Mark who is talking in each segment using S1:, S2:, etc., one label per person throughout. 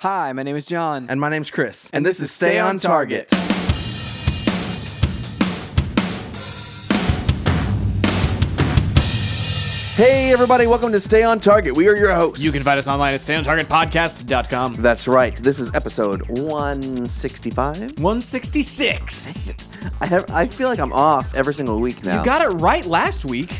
S1: Hi, my name is John.
S2: And my name's Chris. And, this, is Stay on Target. Hey, everybody, welcome to Stay on Target. We are your hosts.
S1: You can find us online at standontargetpodcast.com.
S2: That's right. This is episode 165.
S1: 166.
S2: I, have, I feel like I'm off every single week now.
S1: You got it right last week.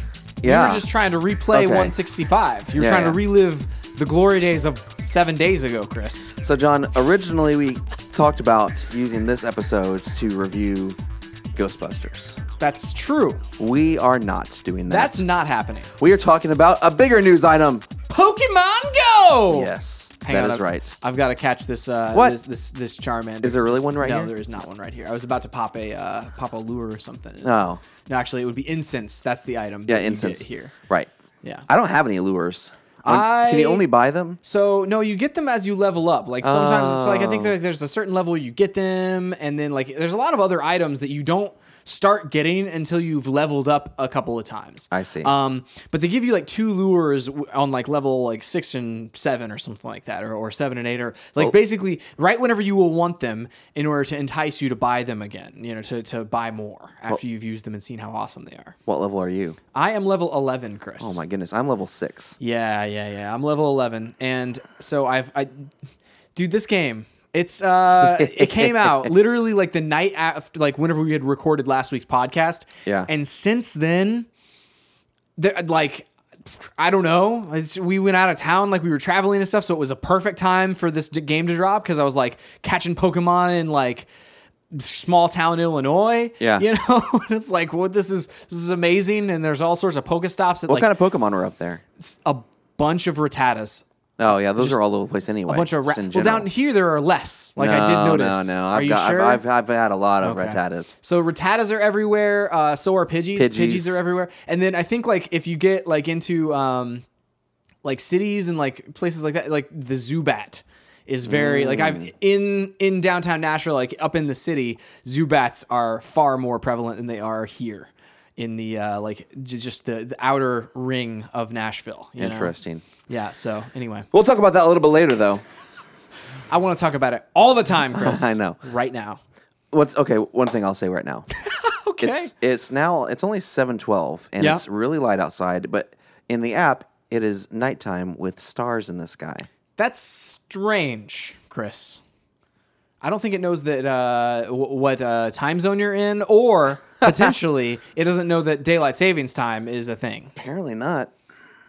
S1: You
S2: Yeah.
S1: were just trying to replay
S2: Okay.
S1: 165. You were
S2: Yeah,
S1: trying to
S2: yeah.
S1: relive the glory days of seven days ago, Chris.
S2: So, John, originally we talked about using this episode to review Ghostbusters.
S1: That's true.
S2: We are not doing that.
S1: That's not happening.
S2: we are talking about a bigger news item.
S1: Pokemon Go!
S2: Yes, that is
S1: Hang on, I've-
S2: right.
S1: I've got to catch this. Uh,
S2: What?
S1: This, this this Charmander.
S2: Is there really one right
S1: no,
S2: here?
S1: there is not one right here. I was about to pop a uh, pop a lure or something.
S2: Oh.
S1: No, actually, it would be incense. That's the item.
S2: Yeah,
S1: that you
S2: incense.
S1: get here.
S2: Right.
S1: Yeah.
S2: I don't have any lures. I... Can
S1: I-
S2: you only buy them?
S1: So no, you get them as you level up. Like sometimes it's like I think
S2: Oh.
S1: there, there's a certain level you get them, and then like there's a lot of other items that you don't start getting until you've leveled up a couple of times.
S2: I see.
S1: Um, but they give you like two lures w- on like level like six and seven or something like that, or, or seven and eight, or like basically right whenever you will want them in order to entice you to buy them again. You know, to to buy more after you've used them and seen how awesome they are.
S2: What level are you?
S1: I am level eleven, Chris.
S2: Oh my goodness, I'm level six.
S1: Yeah, yeah, yeah. I'm level 11 and so I've I dude this game it's uh it came out literally like the night after like whenever we had recorded last week's podcast.
S2: Yeah.
S1: And since then there like I don't know. It's, we went out of town, like we were traveling and stuff, so it was a perfect time for this d- game to drop because I was like catching Pokemon in like small town Illinois.
S2: Yeah.
S1: you know, and it's like, well, this is this is amazing, and there's all sorts of Pokestops. At,
S2: What
S1: like,
S2: kind of Pokemon are up there?
S1: it's a bunch of rattatas.
S2: Oh yeah, those are all over the place anyway.
S1: A bunch of ra-
S2: just in
S1: well,
S2: general.
S1: down here there are less. Like I did
S2: No,
S1: notice.
S2: No, no,
S1: Are
S2: I've
S1: you
S2: got,
S1: sure?
S2: I've, I've, I've had a lot of
S1: Okay.
S2: rattatas.
S1: So rattatas are everywhere. Uh, so are pidgeys. pidgeys.
S2: Pidgeys.
S1: are everywhere. And then I think like if you get like into um, like cities and like places like that, like the Zubat is very like
S2: Mm.
S1: I've in in downtown Nashville, like up in the city, Zubats are far more prevalent than they are here in the uh, like j- just the, the outer ring of Nashville. you know?
S2: Interesting.
S1: Yeah. So anyway.
S2: We'll talk about that a little bit later, though.
S1: I want to talk about it all the time, Chris.
S2: I know.
S1: Right now.
S2: What's okay? One thing I'll say right now.
S1: Okay.
S2: It's it's now it's only seven twelve, and
S1: Yeah.
S2: it's really light outside. But in the app, it is nighttime with stars in the sky.
S1: That's strange, Chris. I don't think it knows that uh, w- what uh, time zone you're in, or potentially it doesn't know that daylight savings time is a thing.
S2: Apparently not.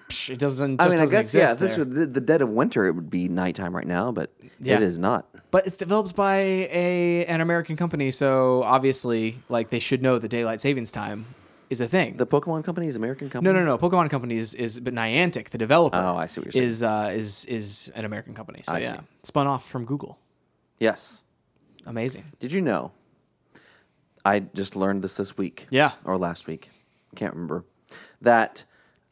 S1: Psh, It doesn't.
S2: I
S1: Just
S2: mean, I
S1: doesn't
S2: guess yeah.
S1: exist
S2: If this
S1: there.
S2: were the, the dead of winter, it would be nighttime right now, but
S1: Yeah.
S2: it is not.
S1: But it's developed by a an American company, so obviously, like they should know that daylight savings time is a thing.
S2: The Pokemon company is an American company.
S1: No, no, no. Pokemon Company is, is but Niantic, the developer.
S2: Oh, I see what you're saying.
S1: Is uh, is is an American company. So
S2: I
S1: yeah,
S2: see.
S1: spun off from Google.
S2: Yes.
S1: Amazing.
S2: Did you know? I just learned this this week.
S1: Yeah.
S2: Or last week. I can't remember. That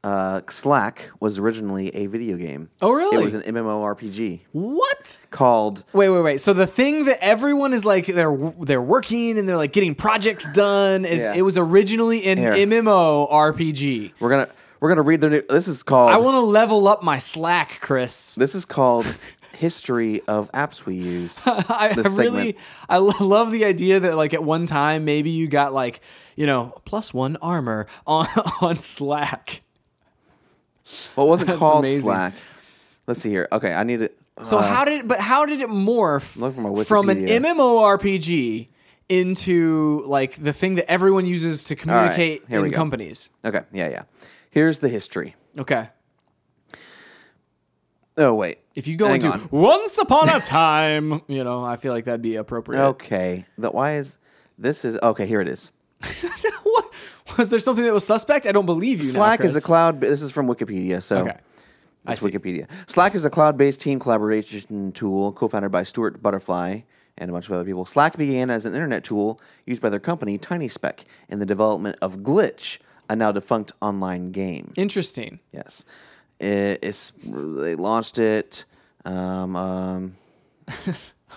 S2: uh, Slack was originally a video game.
S1: Oh, really?
S2: It was an MMORPG
S1: What?
S2: called.
S1: Wait, wait, wait. So the thing that everyone is like they're they're working and they're like getting projects done is
S2: Yeah.
S1: it was originally an
S2: Here.
S1: MMO RPG.
S2: We're gonna we're gonna read the new. This is called.
S1: I want to level up my slack, Chris.
S2: this is called history of apps we use.
S1: I, I
S2: this
S1: really
S2: segment.
S1: I lo- love the idea that like at one time maybe you got like, you know, plus 1 armor on on Slack.
S2: What was it called?
S1: amazing.
S2: Slack. Let's see here. Okay, I need to.
S1: So
S2: uh,
S1: how did but how did it morph
S2: Look for my
S1: from an
S2: Wikipedia.
S1: MMORPG into like the thing that everyone uses to
S2: right,
S1: communicate
S2: here we
S1: in
S2: go.
S1: companies?
S2: Okay, yeah, yeah. Here's the history.
S1: Okay.
S2: Oh wait.
S1: If you go
S2: Hang
S1: into
S2: on.
S1: once upon a time, you know, I feel like that'd be appropriate.
S2: Okay. The why is this is okay, here it is.
S1: what? Was there something that was suspect? I don't believe you. now,
S2: Slack is a
S1: Chris.
S2: cloud this is from Wikipedia, so
S1: Okay. I
S2: it's
S1: see.
S2: Wikipedia. Slack is a cloud-based team collaboration tool co-founded by Stuart Butterfly and a bunch of other people. Slack began as an internet tool used by their company TinySpec in the development of Glitch, a now defunct online game.
S1: Interesting.
S2: Yes. It, it's they launched it um, um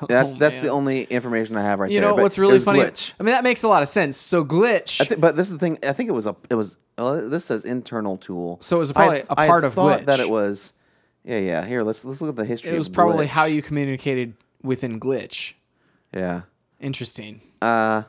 S2: That's that's the only information I have right
S1: Oh, You
S2: there.
S1: know
S2: but
S1: what's
S2: it
S1: really
S2: was
S1: funny?
S2: Glitch.
S1: I mean, that makes a lot of sense. So glitch.
S2: I thi- but this is the thing. I think it was a. It was. Uh, this says internal tool.
S1: So it was probably
S2: I th-
S1: a part
S2: I
S1: of
S2: thought that
S1: Glitch.
S2: it was. Yeah, yeah. Here, let's let's look at the history.
S1: It was
S2: of
S1: probably
S2: Glitch.
S1: how you communicated within glitch.
S2: Yeah.
S1: Interesting.
S2: Uh,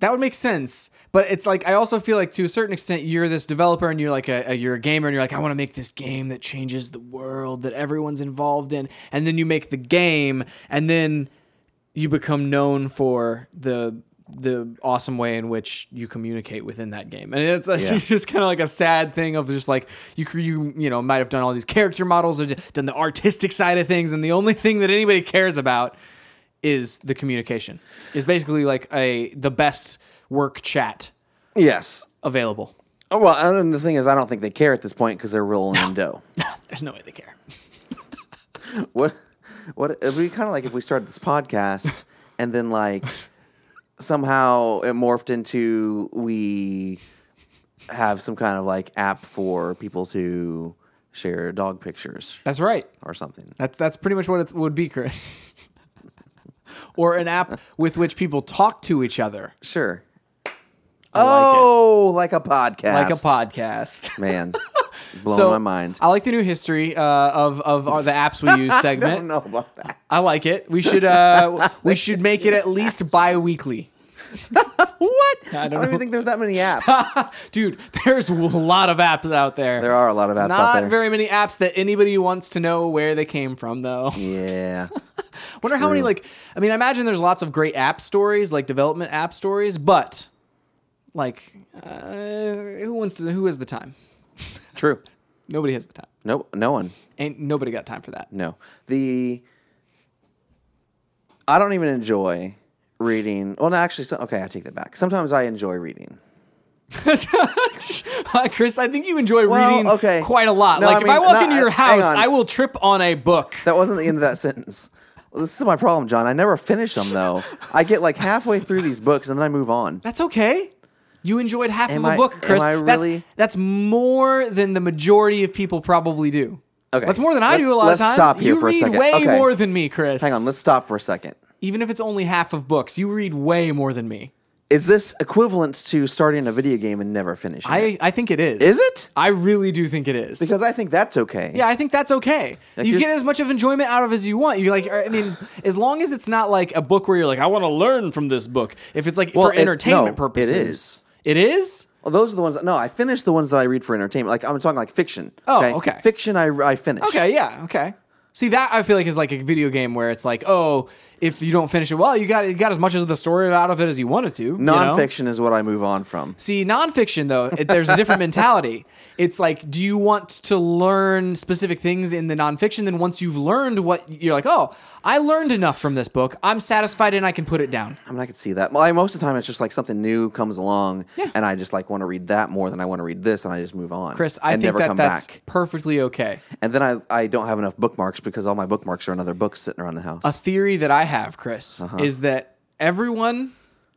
S1: That would make sense, but it's like I also feel like to a certain extent you're this developer and you're like a, a you're a gamer and you're like I want to make this game that changes the world that everyone's involved in, and then you make the game and then you become known for the the awesome way in which you communicate within that game, and it's like,
S2: Yeah.
S1: just kind of like a sad thing of just like you cr- you you know might have done all these character models or just done the artistic side of things, and the only thing that anybody cares about is the communication. Is basically like a the best work chat
S2: yes.
S1: available.
S2: Oh well, and then the thing is, I don't think they care at this point because they're rolling in dough.
S1: There's no way they care.
S2: What? What? It'd be kind of like if we started this podcast and then like somehow it morphed into we have some kind of like app for people to share dog pictures
S1: That's right.
S2: or something.
S1: That's that's pretty much what it would be, Chris. or an app with which people talk to each other,
S2: Sure.
S1: like it.
S2: oh, like a podcast.
S1: like a podcast.
S2: Man, blowing
S1: so
S2: my mind.
S1: I like the new history uh, of of our, the apps we use
S2: I don't
S1: segment. I,
S2: know about that.
S1: like it. We should uh, we should make it at least bi-weekly.
S2: What? I don't,
S1: don't know.
S2: even think there's that many apps.
S1: Dude, there's a lot of apps out there.
S2: there are a lot of apps out
S1: Not
S2: there.
S1: very many apps that anybody wants to know where they came from, though.
S2: yeah.
S1: Wonder how many
S2: True.
S1: like I mean, I imagine there's lots of great app stories, like development app stories, but like uh, who wants to who has the time?
S2: True.
S1: Nobody has the time.
S2: No, no one.
S1: Ain't nobody got time for that.
S2: No. The I don't even enjoy reading. Well, no, actually, so, okay, I take that back. Sometimes I enjoy reading.
S1: Uh, Chris, I think you enjoy
S2: Well,
S1: reading
S2: okay.
S1: quite a lot.
S2: No,
S1: like
S2: I
S1: if I
S2: mean,
S1: walk
S2: no,
S1: into your
S2: I- hang
S1: house,
S2: on.
S1: I will trip on a book.
S2: That wasn't the end of that sentence. Well, this is my problem, John. I never finish them though. I get like halfway through these books and then I move on.
S1: That's okay. You enjoyed half
S2: Am
S1: of a
S2: I-
S1: book,
S2: am
S1: Chris.
S2: I
S1: That's-
S2: really-
S1: that's more than the majority of people probably do.
S2: Okay.
S1: That's more than I
S2: Let's-
S1: do a lot
S2: let's
S1: of times.
S2: stop here
S1: you
S2: for a
S1: read
S2: second.
S1: way
S2: Okay.
S1: more than me, Chris.
S2: Hang on, let's stop for a second.
S1: Even if it's only half of books, you read way more than me.
S2: Is this equivalent to starting a video game and never finishing? it?
S1: I, I think it is.
S2: Is it?
S1: I really do think it is.
S2: Because I think that's okay.
S1: yeah, I think that's okay. you
S2: you're-
S1: get as much of enjoyment out of it as you want. You're like, er, I mean, as long as it's not like a book where you're like, I want to learn from this book. If it's like
S2: Well,
S1: for
S2: it-
S1: entertainment
S2: no, it
S1: purposes,
S2: is.
S1: It is.
S2: Well, those are the ones. No, I finished the ones that I read for entertainment. Like I'm talking like fiction.
S1: Oh, okay.
S2: Fiction, I I finished.
S1: Okay, yeah, okay. See, that I feel like is like a video game where it's like, oh, if you don't finish it well, you got you got as much of the story out of it as you wanted to. you know?
S2: Nonfiction is what I move on from.
S1: See, nonfiction though, it, there's a different mentality. It's like, do you want to learn specific things in the nonfiction? Then once you've learned what you're like, oh, I learned enough from this book. I'm satisfied and I can put it down.
S2: I mean, I could see that. Well, I, most of the time, it's just like something new comes along,
S1: Yeah.
S2: and I just like want to read that more than I want to read this, and I just move on.
S1: Chris, I
S2: and
S1: think
S2: never
S1: that
S2: come
S1: that's
S2: back.
S1: perfectly okay.
S2: And then I, I don't have enough bookmarks because all my bookmarks are in other books sitting around the house.
S1: A theory that I have, Chris,
S2: Uh-huh.
S1: is that everyone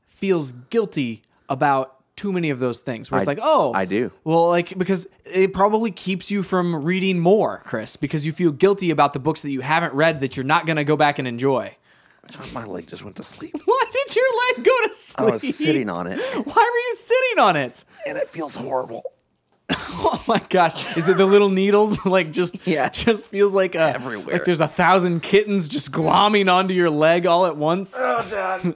S1: feels guilty about too many of those things. Where it's
S2: I-
S1: like, oh,
S2: I do.
S1: Well, like because it probably keeps you from reading more, Chris, because you feel guilty about the books that you haven't read that you're not going to go back and enjoy.
S2: John, my leg just went to sleep.
S1: Why did your leg go to
S2: I
S1: sleep?
S2: was sitting on it,
S1: Why were you sitting on it?
S2: and it feels horrible.
S1: Oh my gosh! Is it the little needles? like just
S2: Yes.
S1: just feels like a,
S2: Everywhere.
S1: Like there's a thousand kittens just glomming onto your leg all at once.
S2: Oh, John,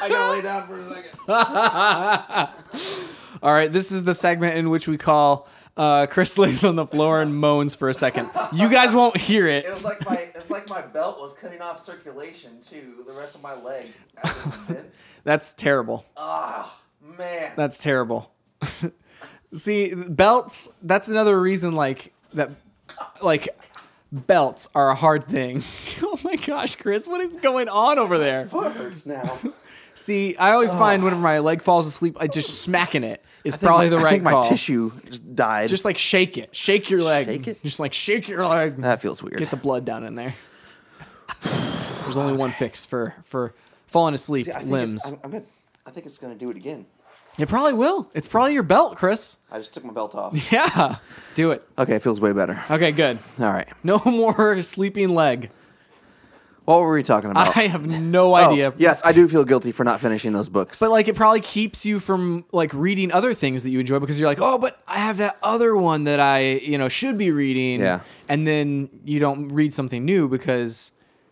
S2: I gotta lay down for a second.
S1: All right, this is the segment in which we call uh, Chris lays on the floor and moans for a second. You guys won't hear it.
S2: was like my it's like my belt was cutting off circulation to the rest of my leg.
S1: That's terrible.
S2: Ah, man.
S1: That's terrible. See, belts, that's another reason like that like belts are a hard thing. oh my gosh, Chris, what is going on over there?
S2: hurts now.
S1: See, I always find whenever my leg falls asleep, I just smacking it is probably the
S2: I
S1: right
S2: think my
S1: call.
S2: tissue just died.
S1: Just like shake it. Shake your leg.
S2: Shake it?
S1: Just like shake your leg.
S2: that feels weird.
S1: Get the blood down in there. There's only one fix for for falling asleep
S2: I think
S1: limbs.
S2: It's, I'm, I'm gonna, I think it's gonna do it again.
S1: It probably will. It's probably your belt, Chris.
S2: I just took my belt off.
S1: Yeah. Do it.
S2: okay, it feels way better.
S1: Okay, good.
S2: All right.
S1: No more sleeping leg.
S2: What were we talking about?
S1: I have no
S2: Oh,
S1: idea.
S2: yes, I do feel guilty for not finishing those books.
S1: But like it probably keeps you from like reading other things that you enjoy because you're like, "Oh, but I have that other one that I, you know, should be reading."
S2: Yeah.
S1: And then you don't read something new because,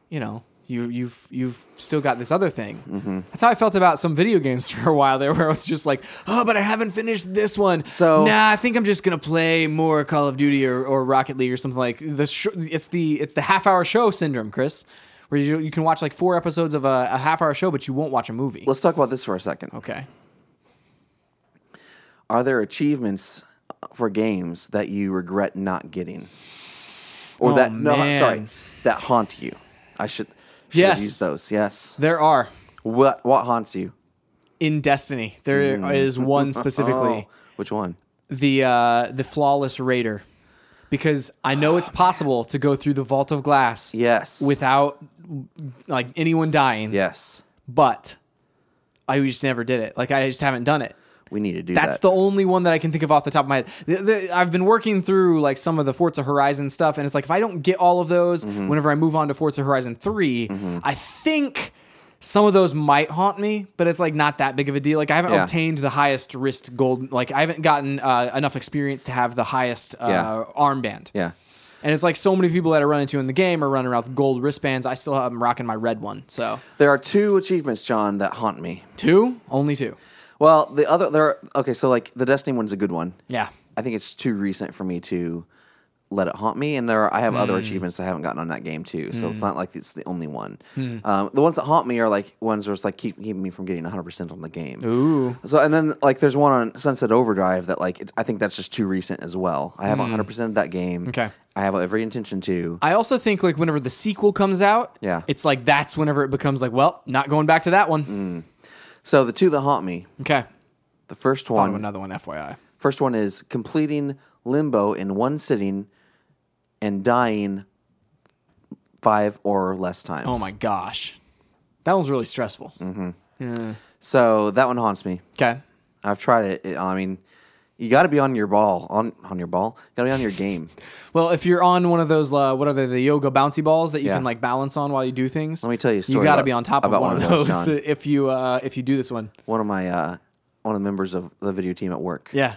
S1: you know, you you've you've still got this other thing.
S2: Mm-hmm.
S1: That's how I felt about some video games for a while there where I was just like, "Oh, but I haven't finished this one."
S2: So-
S1: Nah, I think I'm just going to play more Call of Duty or, or Rocket League or something like the sh- it's the it's the half-hour show syndrome, Chris. Where you, you can watch like four episodes of a, a half hour show, but you won't watch a movie.
S2: Let's talk about this for a second.
S1: Okay.
S2: Are there achievements for games that you regret not getting, or
S1: Oh,
S2: that no,
S1: man.
S2: sorry, that haunt you? I should, should
S1: Yes.
S2: use those. Yes.
S1: There are
S2: What what haunts you?
S1: in Destiny. There is one
S2: Oh,
S1: specifically,
S2: which one?
S1: the uh, the flawless raider, because I know it's possible to go through the vault of glass
S2: Yes.
S1: without like anyone dying.
S2: yes.
S1: But I just never did it. Like I just haven't done it.
S2: We need to do
S1: That's
S2: that.
S1: the only one that I can think of off the top of my head. The- the- I've been working through like some of the Forza Horizon stuff, and it's like if I don't get all of those,
S2: Mm-hmm.
S1: whenever I move on to Forza Horizon 3 I think some of those might haunt me, but it's like not that big of a deal. Like I haven't
S2: Yeah.
S1: obtained the highest wrist gold. Like I haven't gotten uh, enough experience to have the highest uh,
S2: Yeah.
S1: armband.
S2: yeah.
S1: And it's like so many people that I run into in the game are running around with gold wristbands. I still am rocking my red one. So
S2: There are two achievements, John, that haunt me.
S1: two, only two.
S2: Well, the other there. Are, okay, so like the Destiny one's a good one.
S1: Yeah.
S2: I think it's too recent for me to let it haunt me. And there, are, I have
S1: Hmm.
S2: other achievements I haven't gotten on that game too. So it's not like it's the only one.
S1: Hmm.
S2: Um, the ones that haunt me are like ones where it's like keep, keeping me from getting 100 percent on the game.
S1: Ooh.
S2: So and then like there's one on Sunset Overdrive that like it's, I think that's just too recent as well. I have 100 percent of that game.
S1: Hmm. Okay.
S2: I have every intention to.
S1: I also think like whenever the sequel comes out,
S2: Yeah.
S1: it's like that's whenever it becomes like, well, not going back to that
S2: Mm.
S1: one.
S2: So the two that haunt me.
S1: Okay,
S2: The first
S1: Thought of
S2: one.
S1: another one, FYI.
S2: First one is completing Limbo in one sitting and dying five or less times.
S1: Oh my gosh, that was really stressful.
S2: Mm. So that one haunts me.
S1: Okay,
S2: I've tried it. It- I mean, you got to be on your ball on on your ball. Got to be on your game.
S1: well, if you're on one of those, uh, what are they, the yoga bouncy balls that you
S2: Yeah.
S1: can like balance on while you do things?
S2: Let me tell you a story
S1: you got to
S2: about-
S1: be on top of
S2: about
S1: one, of those,
S2: John.
S1: if you uh, if you do this one.
S2: One of my uh, one of the members of the video team at work.
S1: Yeah.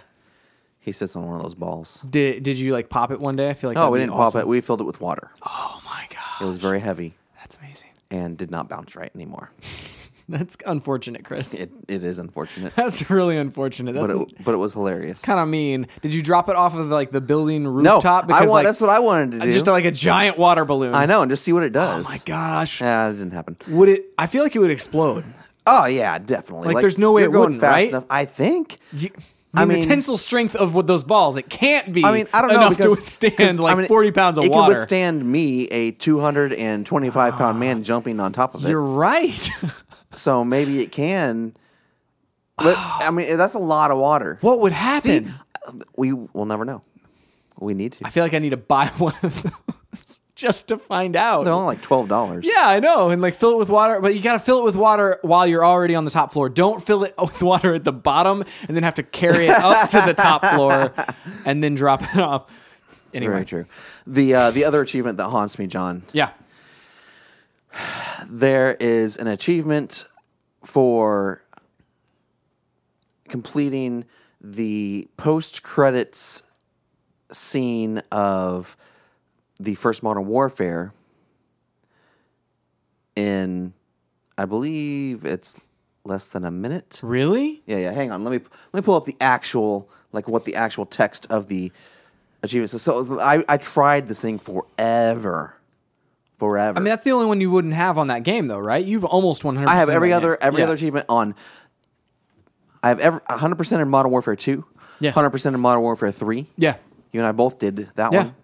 S2: He sits on one of those balls.
S1: Did Did you like pop it one day? I feel like
S2: No,
S1: that'd
S2: we
S1: be
S2: didn't
S1: awesome.
S2: pop it. We filled it with water.
S1: Oh my
S2: It
S1: god,
S2: was very heavy
S1: that's amazing.
S2: and did not bounce right anymore.
S1: That's unfortunate, Chris.
S2: It it is unfortunate,
S1: that's really unfortunate. That's
S2: but it but it was hilarious.
S1: kind of mean. Did you drop it off of like the building rooftop?
S2: I want.
S1: like,
S2: that's what I wanted to do.
S1: just like a giant water balloon. Oh
S2: I know, and just see what it does.
S1: My gosh,
S2: Yeah, it didn't happen.
S1: would it? I feel like it would explode.
S2: Oh yeah, definitely.
S1: Like, there's no way
S2: you're
S1: it
S2: going
S1: wouldn't,
S2: fast
S1: right?
S2: enough. I think.
S1: You-
S2: I
S1: I mean,
S2: mean-
S1: the tensile strength of what those balls. It can't be.
S2: I mean, I don't know
S1: enough
S2: because
S1: to
S2: 'cause,
S1: withstand
S2: I
S1: like
S2: mean,
S1: forty pounds of
S2: it
S1: water. Ah.
S2: can withstand me, a 225 pound man, jumping on top of it.
S1: You're right.
S2: So maybe it can. But I mean, that's a lot of water.
S1: what would happen?
S2: See, we will never know. We need to.
S1: I feel like I need to buy one of those just to find out.
S2: They're only like twelve dollars.
S1: Yeah, I know. And like fill it with water, but you got to fill it with water while you're already on the top floor. Don't fill it with water at the bottom and then have to carry it up to the top floor and then drop it off. Anyway.
S2: very true. The uh, the other achievement that haunts me, John.
S1: Yeah.
S2: there is an achievement for completing the post credits scene of the first modern warfare in I believe it's less than a minute.
S1: Really?
S2: Yeah, yeah, hang on. Let me let me pull up the actual like what the actual text of the achievement says. So I I tried this thing forever. Forever.
S1: I mean, that's the only one you wouldn't have on that game, though, right? You've almost 100
S2: I have every other every other achievement on. I have every 100 percent in Modern Warfare Two.
S1: Yeah.
S2: 100 percent in Modern Warfare Three.
S1: Yeah.
S2: You and I both did that
S1: Yeah.
S2: one.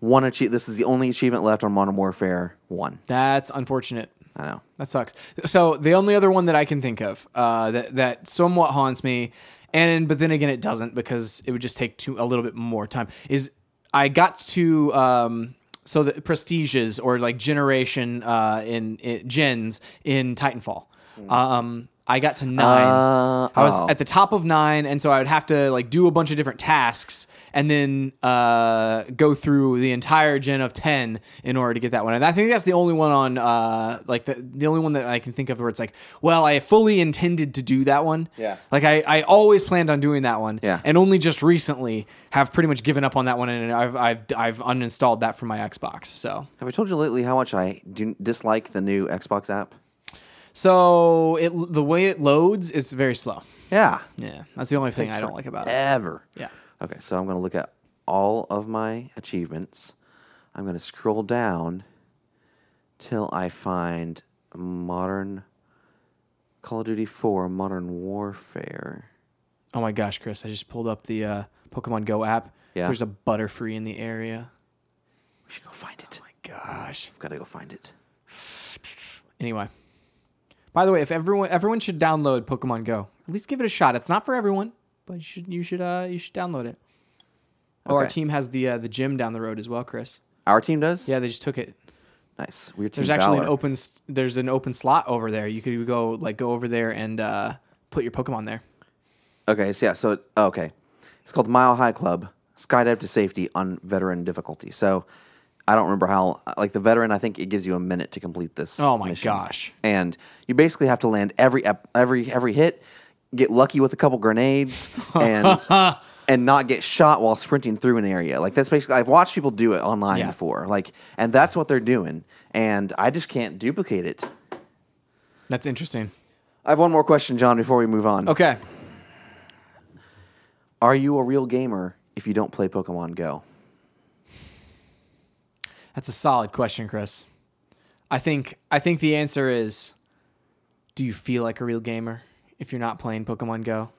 S2: One achieve. This is the only achievement left on Modern Warfare One.
S1: That's unfortunate.
S2: I know.
S1: That sucks. So the only other one that I can think of uh, that that somewhat haunts me, and but then again it doesn't because it would just take too, a little bit more time. Is I got to um, so the prestiges or like generation uh, in, in gens in Titanfall. Um, I got to nine.
S2: Hmm. Uh,
S1: I was
S2: oh.
S1: at the top of nine, and so I would have to like do a bunch of different tasks and then uh, go through the entire gen of ten in order to get that one. And I think that's the only one on uh, like the the only one that I can think of where it's like, well, I fully intended to do that one.
S2: Yeah.
S1: Like I, I always planned on doing that one.
S2: Yeah.
S1: And only just recently have pretty much given up on that one, and I've I've I've uninstalled that from my Xbox. So
S2: Have I told you lately how much I do dislike the new Xbox app?
S1: so it the way it loads is very slow.
S2: Yeah.
S1: Yeah, that's the only thing I don't like about it.
S2: Ever.
S1: Yeah.
S2: Okay, so I'm going to look at all of my achievements. I'm going to scroll down till I find modern Call of Duty 4 Modern Warfare.
S1: Oh my gosh, Chris! I just pulled up the uh, Pokemon Go app.
S2: Yeah.
S1: There's a Butterfree in the area.
S2: We should go find it.
S1: Gosh.
S2: I've got to go find it.
S1: Anyway, by the way, if everyone everyone should download Pokemon Go, at least give it a shot. It's not for everyone, but you should you should uh, you should download it. Oh, our
S2: Okay.
S1: team has the uh, the gym down the road as well, Chris.
S2: Our team does?
S1: Yeah, they just took it.
S2: Nice. We're team
S1: There's actually an
S2: Valor.
S1: open s- there's an open slot over there. You could go like go over there and uh, put your Pokemon there.
S2: Okay, so yeah, so it's, oh, okay, it's called Mile High Club Skydive to Safety on Veteran difficulty. So I don't remember how like the veteran. I think it gives you a minute to complete this.
S1: Oh my
S2: mission.
S1: gosh.
S2: And you basically have to land every ep- every every hit, get lucky with a couple grenades, and and not get shot while sprinting through an area. Like that's basically I've watched people do it online
S1: Yeah.
S2: before. Like and that's what they're doing. And I just can't duplicate it.
S1: That's interesting.
S2: I have one more question, John, before we move on.
S1: Okay.
S2: Are you a real gamer if you don't play Pokemon Go?
S1: That's a solid question, Chris. I think I think the answer is do you feel like a real gamer if you're not playing Pokemon Go?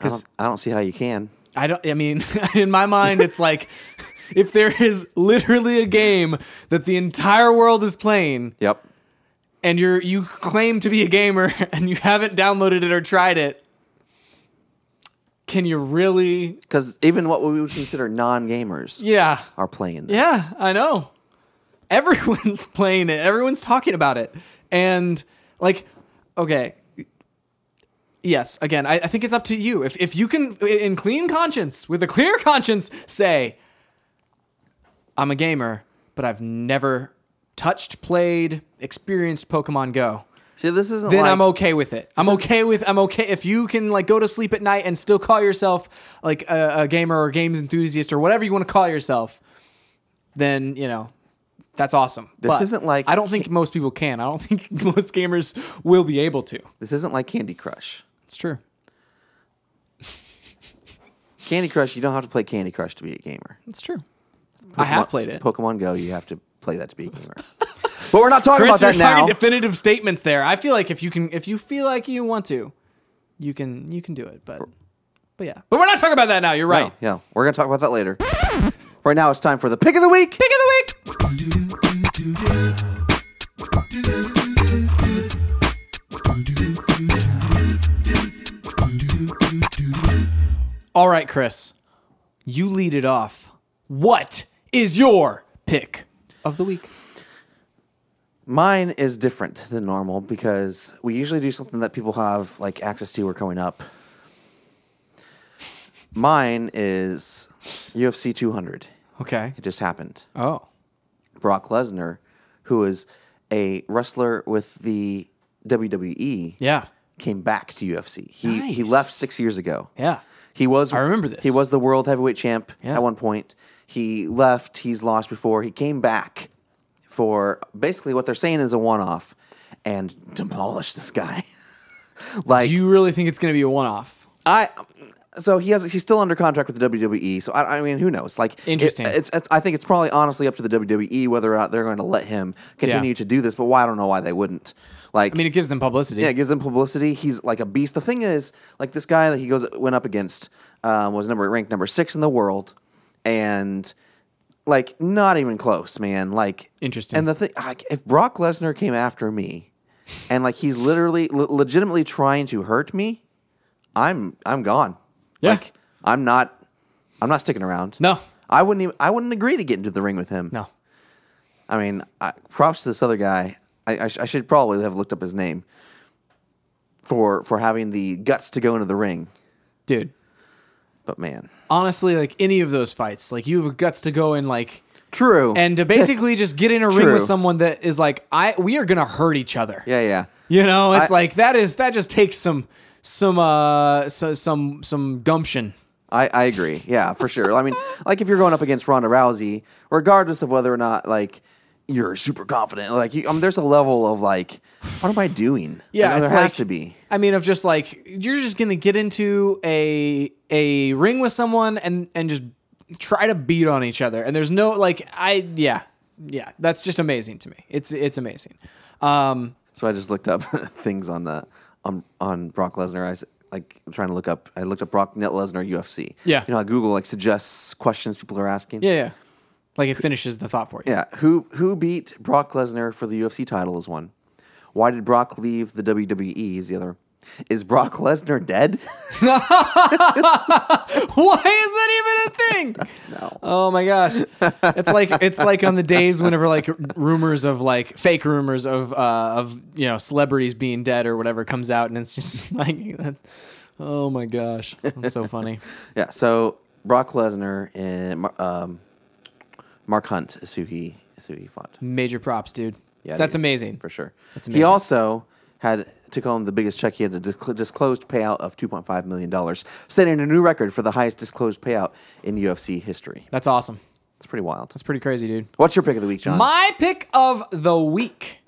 S2: I don't, I don't see how you can.
S1: I don't I mean in my mind it's like if there is literally a game that the entire world is playing
S2: Yep.
S1: and you're you claim to be a gamer and you haven't downloaded it or tried it can you really
S2: Because even what we would consider non gamers
S1: Yeah.
S2: are playing this.
S1: Yeah, I know. Everyone's playing it. Everyone's talking about it. And like, okay. Yes, again, I, I think it's up to you. If if you can in clean conscience, with a clear conscience, say, I'm a gamer, but I've never touched, played, experienced Pokemon Go.
S2: See, this isn't
S1: Then
S2: like.
S1: I'm okay with it. I'm
S2: is-
S1: okay with I'm okay if you can like go to sleep at night and still call yourself like a, a gamer or games enthusiast or whatever you want to call yourself. Then you know that's awesome. This
S2: isn't like-
S1: I don't think most people can. I don't think most gamers will be able to.
S2: This isn't like Candy Crush.
S1: It's true.
S2: Candy Crush, you don't have to play Candy Crush to be a gamer.
S1: It's true. I have
S2: Pokemon-
S1: played it.
S2: Pokemon Go, you have to play that to be a gamer. but we're not talking
S1: Chris,
S2: about that
S1: you're
S2: now.
S1: talking definitive statements there. I feel like if you can, if you feel like you want to, you can, you can do it. But, but yeah. But we're not talking about that now. You're right.
S2: No, Oh, yeah, we're going to talk about that later. right now, it's time for the pick of the week.
S1: Pick of the week. All right, Chris, you lead it off. What is your pick of the week?
S2: Mine is different than normal because we usually do something that people have like access to or coming up. Mine is UFC 200.
S1: Okay.
S2: It just happened.
S1: Oh.
S2: Brock Lesnar, who is a wrestler with the WWE,
S1: Yeah.
S2: came back to UFC. He he
S1: Nice.
S2: left six years ago.
S1: Yeah.
S2: He was I
S1: remember this.
S2: He was the world heavyweight champ
S1: Yeah.
S2: at one point. He left, he's lost before. He came back for basically what they're saying is a one off and demolished this guy. like
S1: Do you really think it's going to be a one-off?
S2: I so he has he's still under contract with the WWE. So I, I mean, who knows? Like, it-
S1: Interesting.
S2: it's, it's I think it's probably honestly up to the WWE whether or not they're going to let him continue
S1: Yeah.
S2: to do this. But why I don't know why they wouldn't. Like,
S1: I mean, it gives them publicity.
S2: yeah, it gives them publicity. He's like a beast. The thing is, like this guy that he goes went up against um, was number ranked number six in the world, and like not even close, man. Like
S1: Interesting.
S2: And the thing, I- if Brock Lesnar came after me, and like he's literally le- legitimately trying to hurt me, I'm I'm gone.
S1: Yeah.
S2: Like I'm not I'm not sticking around.
S1: No.
S2: I wouldn't even I wouldn't agree to get into the ring with him.
S1: No.
S2: I mean, I, props to this other guy. I, I, sh- I should probably have looked up his name. for for having the guts to go into the ring.
S1: dude.
S2: But man,
S1: Honestly, like any of those fights, like you have guts to go and like
S2: true.
S1: and to basically just get in a ring
S2: True.
S1: with someone that is like, I we are gonna hurt each other.
S2: yeah, yeah,
S1: You know, it's
S2: I-
S1: like that is that just takes some some uh so, some some gumption.
S2: I I agree. Yeah, for sure. I mean, like if you're going up against Ronda Rousey, regardless of whether or not like you're super confident, like you, I mean, there's a level of like, what am I doing?
S1: Yeah,
S2: You know,
S1: it's
S2: there has
S1: like-
S2: to be.
S1: I mean, of just like you're just gonna get into a a ring with someone and and just try to beat on each other. And there's no like I yeah yeah that's just amazing to me. It's it's amazing. Um,
S2: So I just looked up things on the on on Brock Lesnar. I s- like trying to look up. I looked up Brock Net Lesnar UFC.
S1: Yeah.
S2: you know, how Google like suggests questions people are asking.
S1: yeah yeah, like it finishes the thought for you.
S2: Yeah, who who beat Brock Lesnar for the UFC title is one. Why did Brock leave the WWE is the other. Is Brock Lesnar dead?
S1: Why is that even a thing?
S2: No.
S1: Oh my gosh. It's like it's like on the days whenever like rumors of like fake rumors of uh of you know celebrities being dead or whatever comes out and it's just like that. Oh my gosh. That's so funny.
S2: yeah, so Brock Lesnar and Mar- um, Mark Hunt is who he is who he fought.
S1: Major props, dude.
S2: Yeah,
S1: That's
S2: dude,
S1: amazing.
S2: for sure.
S1: That's
S2: He
S1: amazing.
S2: also had took home the biggest check. He had a discl- disclosed payout of two point five million dollars, setting a new record for the highest disclosed payout in UFC history.
S1: That's awesome.
S2: It's pretty wild.
S1: That's pretty crazy, dude.
S2: What's your pick of the week, John?
S1: My pick of the week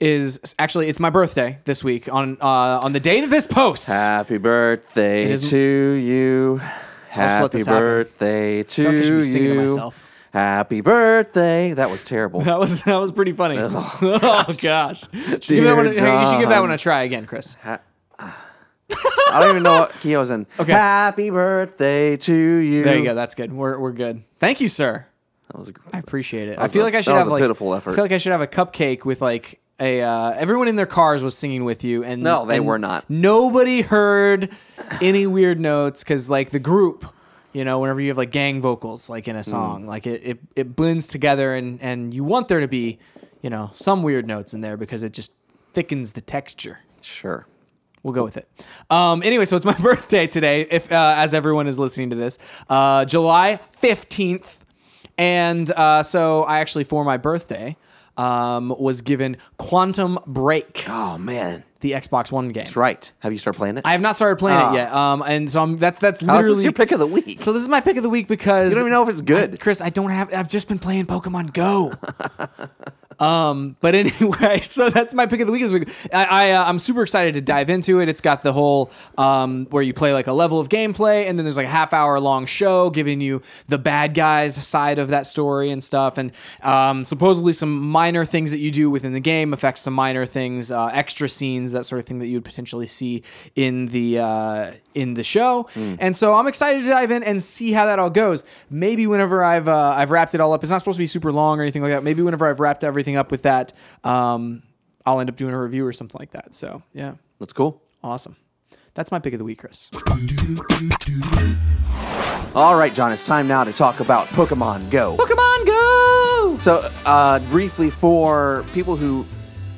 S1: is actually it's my birthday this week on uh on the day that this posts.
S2: Happy birthday
S1: is-
S2: to you.
S1: let
S2: Happy
S1: this happen.
S2: birthday to
S1: like I should be singing to
S2: you.
S1: myself.
S2: Happy birthday. That was terrible.
S1: That was that was pretty funny. oh gosh. Should give
S2: Dear
S1: that one a- hey, you should give that
S2: John.
S1: one a try again, Chris.
S2: I don't even know what key I was in.
S1: Okay.
S2: Happy birthday to you.
S1: There you go. That's good. We're we're good. Thank you, sir.
S2: That was a
S1: I appreciate it. I
S2: was
S1: feel
S2: a-
S1: like I should
S2: that was
S1: have
S2: a
S1: like
S2: pitiful effort.
S1: I feel like I should have a cupcake with like a uh, everyone in their cars was singing with you and
S2: No, they
S1: and
S2: were not.
S1: Nobody heard any weird notes because like the group, you know, whenever you have like gang vocals like
S2: Hmm.
S1: in a song, like it, it it blends together and and you want there to be, you know, some weird notes in there because it just thickens the texture.
S2: Sure.
S1: We'll go with it. Um, anyway, so it's my birthday today, if uh, as everyone is listening to this, uh, July fifteenth, and uh, so I actually for my birthday um, was given Quantum Break,
S2: Oh man,
S1: the Xbox One game.
S2: that's right. Have you started playing it?
S1: I have not started playing
S2: Ah.
S1: it yet, um, and so I'm that's that's
S2: How's
S1: literally
S2: this your pick of the week?
S1: So this is my pick of the week because
S2: you don't even know if it's good.
S1: Chris, I don't have. I've just been playing Pokemon Go. um, but anyway, so that's my pick of the week. This week, I, I uh, I'm super excited to dive into it. It's got the whole um where you play like a level of gameplay, and then there's like a half hour long show giving you the bad guys side of that story and stuff, and um supposedly some minor things that you do within the game affects some minor things, uh, extra scenes, that sort of thing that you would potentially see in the uh, in the show.
S2: Hmm.
S1: And so I'm excited to dive in and see how that all goes. Maybe whenever I've uh, I've wrapped it all up, it's not supposed to be super long or anything like that. Maybe whenever I've wrapped everything up with that, um, I'll end up doing a review or something like that. So yeah,
S2: That's cool.
S1: awesome. That's my pick of the week, Chris.
S2: All right, John. It's time now to talk about Pokemon Go.
S1: Pokemon Go.
S2: So, uh, briefly, for people who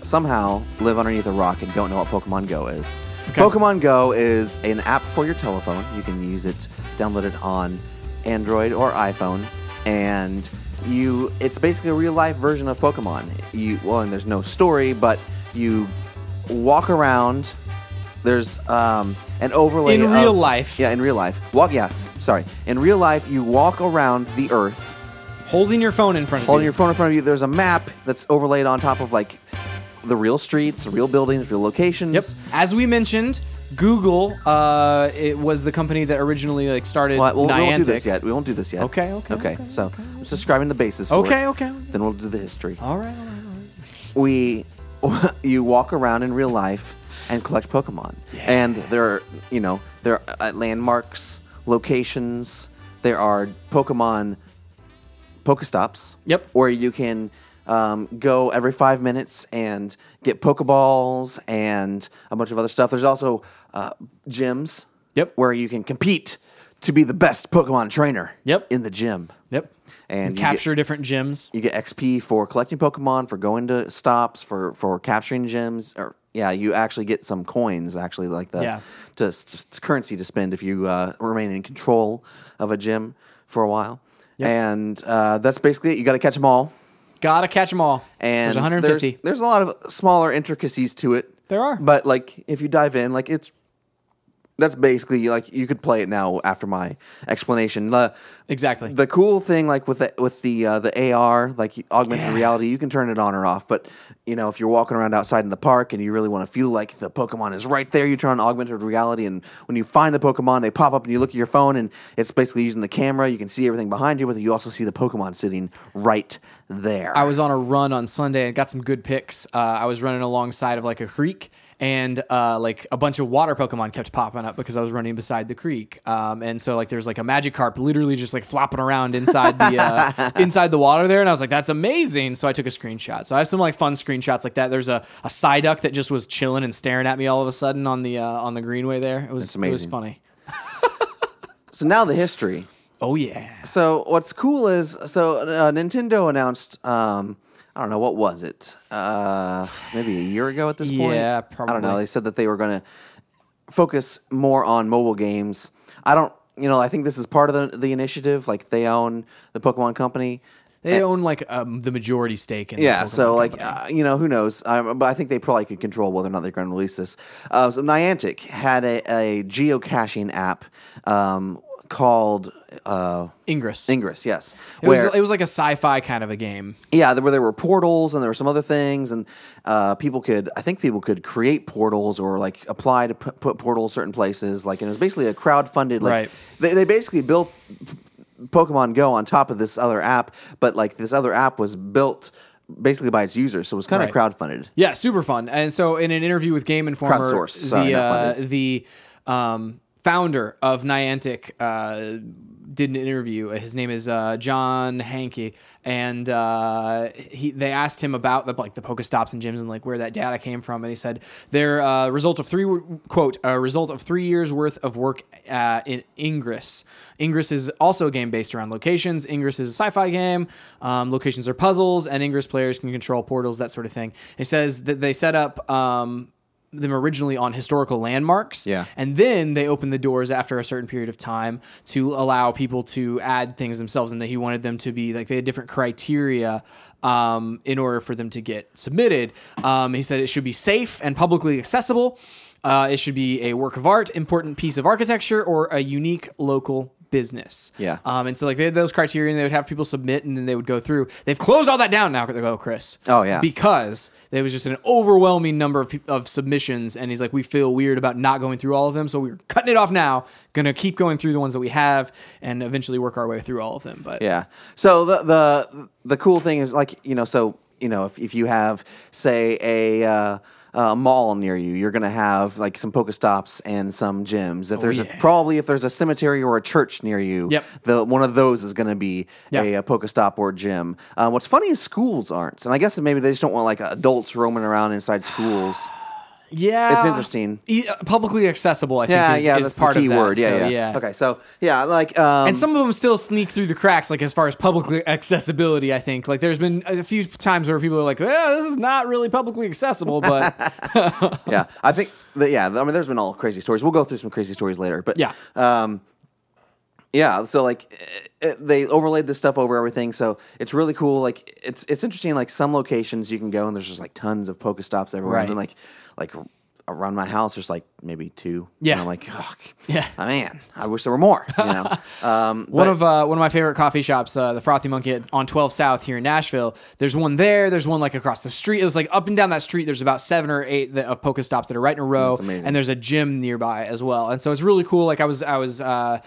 S2: somehow live underneath a rock and don't know what Pokemon Go is,
S1: Okay.
S2: Pokemon Go is an app for your telephone. You can use it, download it on Android or iPhone, and you it's basically a real life version of Pokemon. You well, and there's no story, but you walk around. There's um, an overlay
S1: In
S2: of-
S1: real life.
S2: Yeah, in real life. Walk. Yes, sorry. In real life, you walk around the Earth
S1: Holding your phone in front of
S2: holding
S1: you.
S2: your phone in front of you. There's a map that's overlaid on top of like the real streets, real buildings, real locations.
S1: Yep. As we mentioned, Google uh, it was the company that originally like started
S2: Well, we'll, we won't do
S1: Niantic.
S2: this yet. We won't do this yet.
S1: Okay, okay,
S2: Okay.
S1: okay,
S2: so I'm just describing the basis. For
S1: Okay,
S2: it.
S1: okay.
S2: Then we'll do the history.
S1: All right. All right.
S2: We, you walk around in real life and collect Pokemon, and there are you know there are uh, landmarks, locations. There are Pokemon Pokestops.
S1: Yep.
S2: Where you can um, go every five minutes and get Pokeballs and a bunch of other stuff. There's also uh, gyms.
S1: Yep.
S2: Where you can compete to be the best Pokemon trainer.
S1: Yep.
S2: In the gym.
S1: Yep.
S2: And you get-
S1: Capture different gyms.
S2: you get XP for collecting Pokemon, for going to stops, for for capturing gems, or yeah, you actually get some coins actually like the
S1: Yeah.
S2: to s- s- currency to spend if you uh, remain in control of a gym for a while. And uh, that's basically it. You got to catch them all.
S1: Gotta catch them all.
S2: And
S1: there's 150.
S2: There's, there's a lot of smaller intricacies to it.
S1: There are.
S2: But like if you dive in, like it's that's basically like you could play it now after my explanation. The
S1: exactly.
S2: the cool thing, like with the with the uh, the AR, like augmented
S1: Yeah.
S2: reality, you can turn it on or off. But you know, if you're walking around outside in the park and you really want to feel like the Pokemon is right there, you turn on augmented reality, and when you find the Pokemon, they pop up, and you look at your phone, and it's basically using the camera. You can see everything behind you, but you also see the Pokemon sitting right there.
S1: I was on a run on Sunday and got some good picks. Uh, I was running alongside of like a creek and uh, like a bunch of water Pokemon kept popping up because I was running beside the creek. Um, and so like there's like a Magikarp literally just like flopping around inside the uh, inside the water there, and I was like, that's amazing. So I took a screenshot. So I have some like fun screenshots like that. There's a a Psyduck that just was chilling and staring at me all of a sudden on the uh, on the greenway there. It was
S2: amazing.
S1: it was funny.
S2: so now the history.
S1: Oh yeah.
S2: So what's cool is so uh, Nintendo announced. Um, I don't know what was it. Uh, maybe a year ago at this point.
S1: Yeah,
S2: I don't know.
S1: probably.
S2: They said that they were going to focus more on mobile games. I don't. You know, I think this is part of the, the initiative. Like they own the Pokemon company.
S1: They own like um, the majority stake in the
S2: Yeah,
S1: Pokemon
S2: so like
S1: company.
S2: uh, you know, who knows? Um, but I think they probably could control whether or not they're going to release this. Uh, so Niantic had a, a geocaching app um, called uh,
S1: Ingress.
S2: Ingress. Yes,
S1: It was, it was like a sci-fi kind of a game.
S2: yeah, there were there were portals and there were some other things, and uh, people could I think people could create portals or like apply to p- put portals certain places. Like and it was basically a crowd funded like
S1: Right.
S2: they they basically built Pokemon Go on top of this other app, but like this other app was built basically by its users, so it was kind of
S1: Right.
S2: crowd funded.
S1: Yeah, super fun. And so, in an interview with Game Informer,
S2: Crowdsourced, sorry,
S1: the
S2: not
S1: uh,
S2: funded.
S1: the um, founder of Niantic uh, did an interview. His name is uh, John Hankey, and uh, he they asked him about the like the Pokestops and gyms and like where that data came from, and he said their uh, result of three quote a result of three years worth of work uh, in Ingress. Ingress is also a game based around locations. Ingress is a sci-fi game. Um, locations are puzzles, and Ingress players can control portals, that sort of thing. It says that they set up. Um, them originally on historical landmarks.
S2: Yeah.
S1: And then they opened the doors after a certain period of time to allow people to add things themselves and that he wanted them to be like they had different criteria um, in order for them to get submitted. Um, he said it should be safe and publicly accessible. Uh, it should be a work of art, important piece of architecture, or a unique local business.
S2: Yeah.
S1: Um, and so like they had those criteria and they would have people submit and then they would go through. They've closed all that down now, oh, Chris.
S2: Oh, yeah.
S1: Because there was just an overwhelming number of, peop- of submissions and he's like, we feel weird about not going through all of them. So we're cutting it off now, gonna keep going through the ones that we have and eventually work our way through all of them. But
S2: Yeah. So the the the cool thing is like you know so you know if if you have say a. Uh, uh, mall near you, you're gonna have like some Pokestops and some gyms. If there's
S1: Oh, yeah.
S2: a, probably if there's a cemetery or a church near you,
S1: Yep.
S2: the one of those is gonna be
S1: Yeah.
S2: a, uh Pokestop or gym. Uh, what's funny is schools aren't, and I guess maybe they just don't want like adults roaming around inside schools.
S1: yeah.
S2: It's interesting.
S1: E- publicly accessible, I think,
S2: Yeah,
S1: is,
S2: yeah,
S1: is
S2: that's
S1: part
S2: the key
S1: of that.
S2: word. Yeah,
S1: So,
S2: yeah, Okay, so yeah, like um,
S1: and some of them still sneak through the cracks like as far as public accessibility i think like there's been a few times where people are like yeah this is not really publicly accessible but
S2: yeah, I think that, yeah. I mean, there's been all crazy stories. We'll go through some crazy stories later, but
S1: Yeah.
S2: um, yeah. So like, eh, eh, they overlaid this stuff over everything, so it's really cool. Like, it's it's interesting. Like some locations you can go and there's just like tons of Pokestops everywhere, and then like
S1: Right.
S2: like around my house there's like maybe two.
S1: Yeah.
S2: and I'm like, oh,
S1: Yeah.
S2: man, I wish there were more. You know, um,
S1: one
S2: but-
S1: of uh, one of my favorite coffee shops, uh, the Frothy Monkey at- on 12 South here in Nashville. There's one there. There's one like across the street. It was like up and down that street. There's about seven or eight that, of Pokestops that are right in a row,
S2: That's amazing.
S1: and there's a gym nearby as well. And so it's really cool. Like I was I was uh,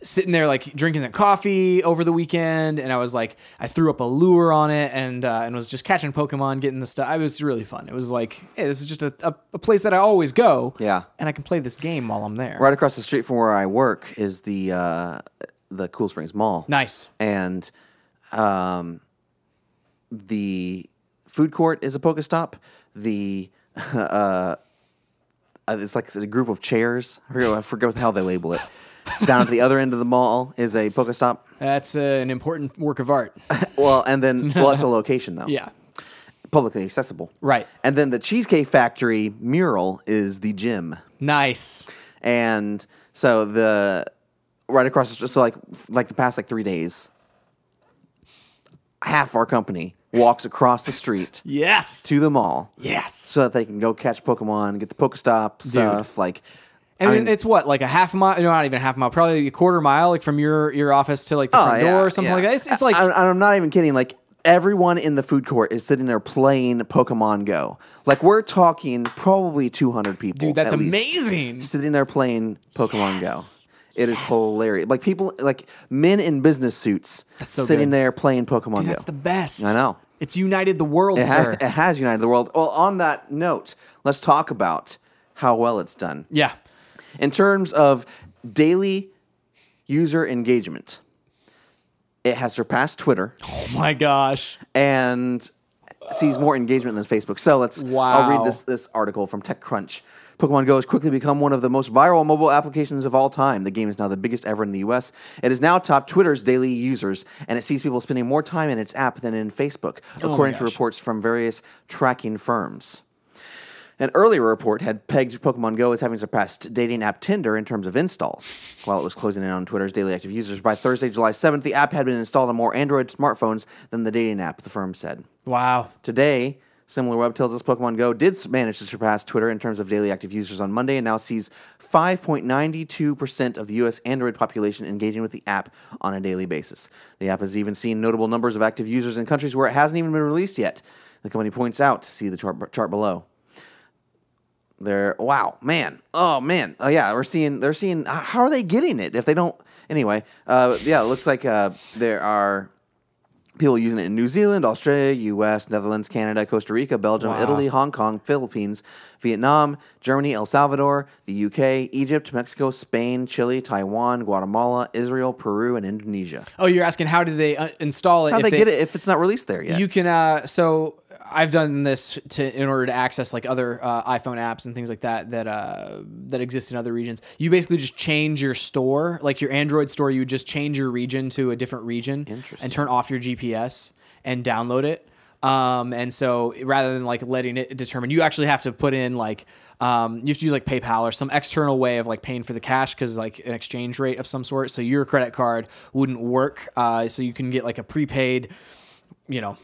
S1: sitting there like drinking the coffee over the weekend, and I was like I threw up a lure on it and uh, and was just catching Pokemon, getting the stuff. It was really fun. It was like hey, this is just a, a, a place that I always go.
S2: Yeah.
S1: and I can play this game while I'm there.
S2: right across the street from where I work is the uh, the Cool Springs Mall.
S1: Nice.
S2: and um, the food court is a Pokestop. The uh, uh, it's like a group of chairs. I forget, I forget how they label it. Down at the other end of the mall is a Pokestop.
S1: That's uh, an important work of art.
S2: Well, and then well, it's a location though.
S1: Yeah.
S2: publicly accessible.
S1: Right.
S2: And then the Cheesecake Factory mural is the gym.
S1: Nice.
S2: and so the right across the street, so like like the past like three days, half our company walks across the street
S1: Yes.
S2: to the mall
S1: Yes.
S2: so that they can go catch Pokemon, get the Pokestop stuff, like.
S1: And
S2: I mean-
S1: it's what, like a half mile? No, not even a half mile. Probably a quarter mile, like from your your office to like the front door or something like that. It's, it's like
S2: Oh, I, I'm not even kidding. Like everyone in the food court is sitting there playing Pokemon Go. Like we're talking probably 200 people.
S1: Dude, that's
S2: at least,
S1: amazing.
S2: sitting there playing Pokemon
S1: Yes.
S2: Go. It is hilarious. Like people, like men in business suits,
S1: so
S2: sitting
S1: good.
S2: there playing Pokemon Go.
S1: that's the best.
S2: I know.
S1: It's united the world,
S2: It, ha-
S1: sir.
S2: it has united the world. Well, on that note, let's talk about how well it's done
S1: yeah.
S2: in terms of daily user engagement. It has surpassed Twitter
S1: Oh my gosh.
S2: and sees more engagement than Facebook. So let's. I'll
S1: Wow.
S2: read this this article from TechCrunch. Pokemon Go has quickly become one of the most viral mobile applications of all time. The game is now the biggest ever in the U.S. It is now top Twitter's daily users, and it sees people spending more time in its app than in Facebook, according to
S1: gosh.
S2: reports from various tracking firms. An earlier report had pegged Pokemon Go as having surpassed dating app Tinder in terms of installs. While it was closing in on Twitter's daily active users by Thursday, July 7th, the app had been installed on more Android smartphones than the dating app, the firm said.
S1: Wow.
S2: Today, SimilarWeb tells us Pokemon Go did s- manage to surpass Twitter in terms of daily active users on Monday and now sees 5.92% of the U.S. Android population engaging with the app on a daily basis. The app has even seen notable numbers of active users in countries where it hasn't even been released yet. The company points out, see the chart, chart below. They're wow, man, oh man, oh yeah, we're seeing they're seeing. h- How are they getting it if they don't? Anyway, uh, yeah, it looks like uh, there are people using it in New Zealand, Australia, U.S., Netherlands, Canada, Costa Rica, Belgium,
S1: Wow.
S2: Italy, Hong Kong, Philippines, Vietnam, Germany, El Salvador, the U.K., Egypt, Mexico, Spain, Chile, Taiwan, Guatemala, Israel, Peru, and Indonesia.
S1: Oh, you're asking how do they uh, install it?
S2: How
S1: if
S2: do they, get it if it's not released there yet?
S1: You can uh so I've done this to in order to access like other uh, iPhone apps and things like that that uh that exist in other regions. You basically just change your store, like your Android store, you would just change your region to a different region and turn off your GPS and download it. Um and so rather than like letting it determine, you actually have to put in like um, you have to use like PayPal or some external way of like paying for the cash because like an exchange rate of some sort. So your credit card wouldn't work. Uh, so you can get like a prepaid you know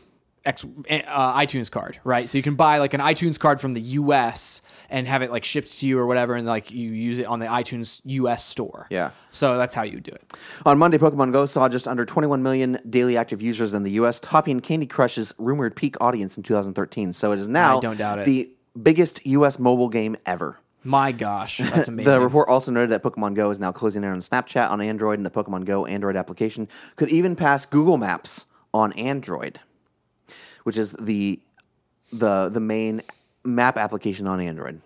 S1: X, uh, iTunes card, right? So you can buy like an iTunes card from the US and have it like shipped to you or whatever, and like you use it on the iTunes US store.
S2: Yeah.
S1: So that's how you do it.
S2: On Monday, Pokemon Go saw just under 21 million daily active users in the U.S., topping Candy Crush's rumored peak audience in 2013. So it is now
S1: I don't doubt it.
S2: the biggest U.S. mobile game ever.
S1: My gosh, that's amazing.
S2: The report also noted that Pokemon Go is now closing in on Snapchat on Android, and the Pokemon Go Android application could even pass Google Maps on Android, which is the the the main map application on Android.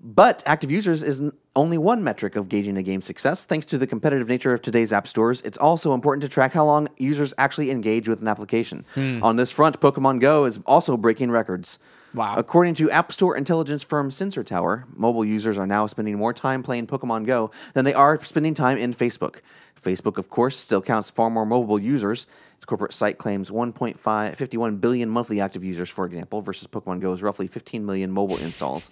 S2: But active users is n- only one metric of gauging a game's success. Thanks to the competitive nature of today's app stores, it's also important to track how long users actually engage with an application. On this front, Pokemon Go is also breaking records.
S1: Wow.
S2: According to App Store intelligence firm Sensor Tower, mobile users are now spending more time playing Pokemon Go than they are spending time in Facebook. Facebook, of course, still counts far more mobile users. Its corporate site claims 1.5 51 billion monthly active users, for example, versus Pokemon Go's roughly 15 million mobile installs.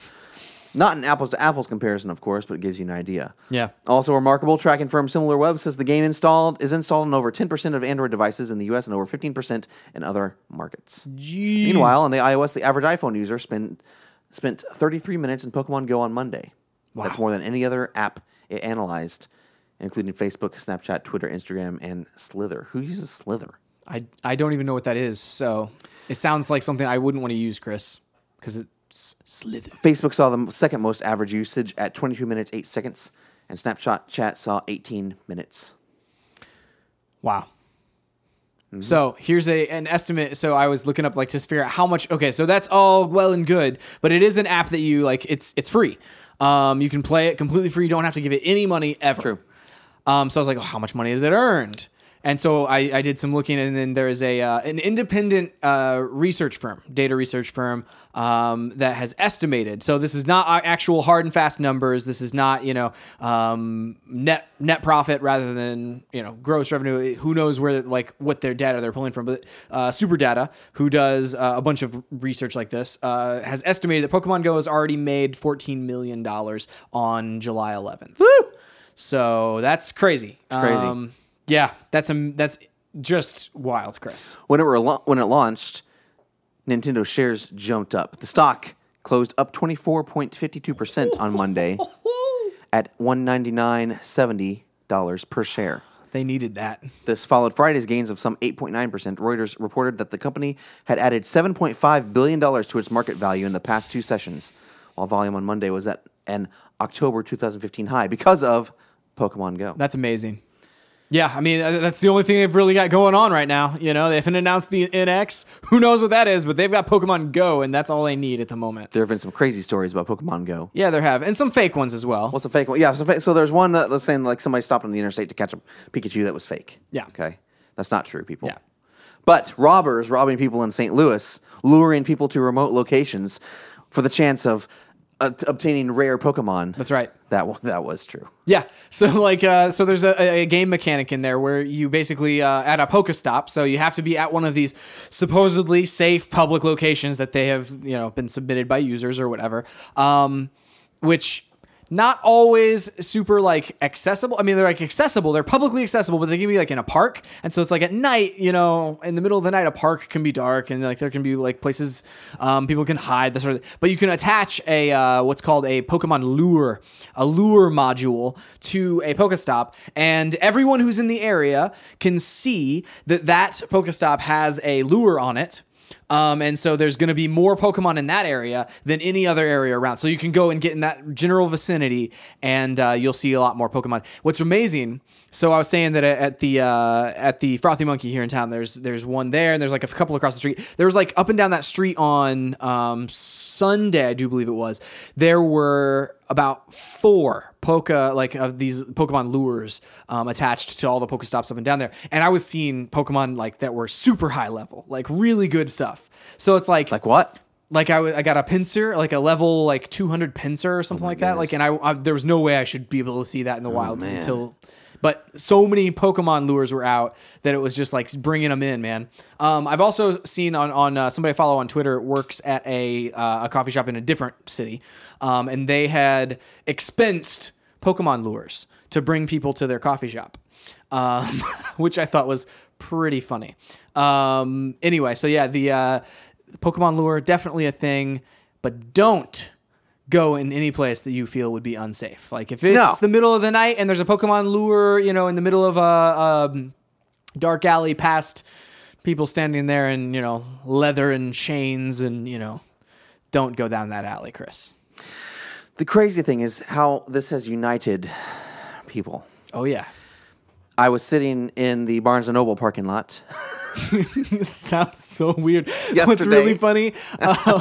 S2: Not an apples to apples comparison, of course, but it gives you an idea.
S1: Yeah.
S2: Also remarkable, tracking firm SimilarWeb says the game installed is installed on over 10% of Android devices in the US and over 15% in other markets.
S1: Jeez.
S2: Meanwhile, on the iOS, the average iPhone user spent spent 33 minutes in Pokemon Go on Monday. That's more than any other app it analyzed, including Facebook, Snapchat, Twitter, Instagram, and Slither. Who uses Slither?
S1: I, I don't even know what that is. So it sounds like something I wouldn't want to use, Chris, because it's slither.
S2: Facebook saw the second most average usage at 22 minutes 8 seconds, and Snapchat chat saw 18 minutes.
S1: Wow. So here's a an estimate. So I was looking up like to figure out how much. Okay, so that's all well and good, but it is an app that you like. It's it's free. Um, you can play it completely free. You don't have to give it any money ever. True. Um, so I was like, oh, how much money has it earned? And so I, I did some looking, and then there is a uh, an independent uh, research firm, data research firm, um, that has estimated. So this is not our actual hard and fast numbers. This is not you know um, net net profit rather than you know gross revenue. Who knows where like what their data they're pulling from? But uh, Super Data, who does uh, a bunch of research like this, uh, has estimated that Pokemon Go has already made fourteen million dollars on July 11th. Woo! So that's crazy. Um,
S2: crazy.
S1: yeah, that's um, that's just wild, Chris.
S2: When it were lo- when it launched, Nintendo shares jumped up. The stock closed up 24.52% on Monday at $199.70 dollars per share.
S1: They needed that.
S2: This followed Friday's gains of some 8.9%. Reuters reported that the company had added $7.5 billion to its market value in the past two sessions, while volume on Monday was at an October 2015 high because of Pokemon Go.
S1: That's amazing. Yeah, I mean uh, that's the only thing they've really got going on right now. You know, they haven't announced the NX. Who knows what that is? But they've got Pokemon Go, and that's all they need at the moment.
S2: There have been some crazy stories about Pokemon Go.
S1: Yeah, there have, and some fake ones as well.
S2: What's a fake one? Yeah, so, fa- so there's one that was saying like somebody stopped on the interstate to catch a Pikachu that was fake.
S1: Yeah.
S2: Okay. That's not true, people.
S1: Yeah.
S2: But robbers robbing people in St. Louis, luring people to remote locations for the chance of uh, obtaining rare Pokemon.
S1: That's right.
S2: That wa- that was true.
S1: Yeah. So like, uh, so there's a, a game mechanic in there where you basically uh, at a Pokestop. So you have to be at one of these supposedly safe public locations that they have, you know, been submitted by users or whatever. Um, which not always super like accessible. I mean, they're like accessible. They're publicly accessible, but they can be like in a park. And so it's like at night, you know, in the middle of the night, a park can be dark and like there can be like places um, people can hide. That sort of. But you can attach a uh, what's called a Pokemon lure, a lure module to a Pokestop, and everyone who's in the area can see that that Pokestop has a lure on it. Um, and so there's going to be more Pokemon in that area than any other area around. So you can go and get in that general vicinity, and uh, you'll see a lot more Pokemon. What's amazing? So I was saying that at the uh, at the Frothy Monkey here in town, there's there's one there, and there's like a couple across the street. There was like up and down that street on um, Sunday, I do believe it was. There were about four Poke like of these Pokemon lures um, attached to all the Pokestops up and down there, and I was seeing Pokemon like that were super high level, like really good stuff. So it's like
S2: Like
S1: like,
S2: what?
S1: I w- I got a pincer, like a level like 200 pincer or something like that. Like, and I, I there was no way I should be able to see that in the wild
S2: man.
S1: until. But so many Pokemon lures were out that it was just like bringing them in, man. Um, I've also seen on on uh, somebody I follow on Twitter works at a uh, a coffee shop in a different city, um, and they had expensed Pokemon lures to bring people to their coffee shop, um, which I thought was pretty funny. Um, anyway, so yeah, the uh, Pokemon lure definitely a thing, but don't go in any place that you feel would be unsafe. Like if it's
S2: No.
S1: the middle of the night and there's a Pokemon lure, you know, in the middle of a um, dark alley past people standing there in you know leather and chains and you know, don't go down that alley, Chris.
S2: The crazy thing is how this has united people.
S1: Oh yeah,
S2: I was sitting in the Barnes and Noble parking lot.
S1: This sounds so weird. What's
S2: Yesterday.
S1: really funny? Uh,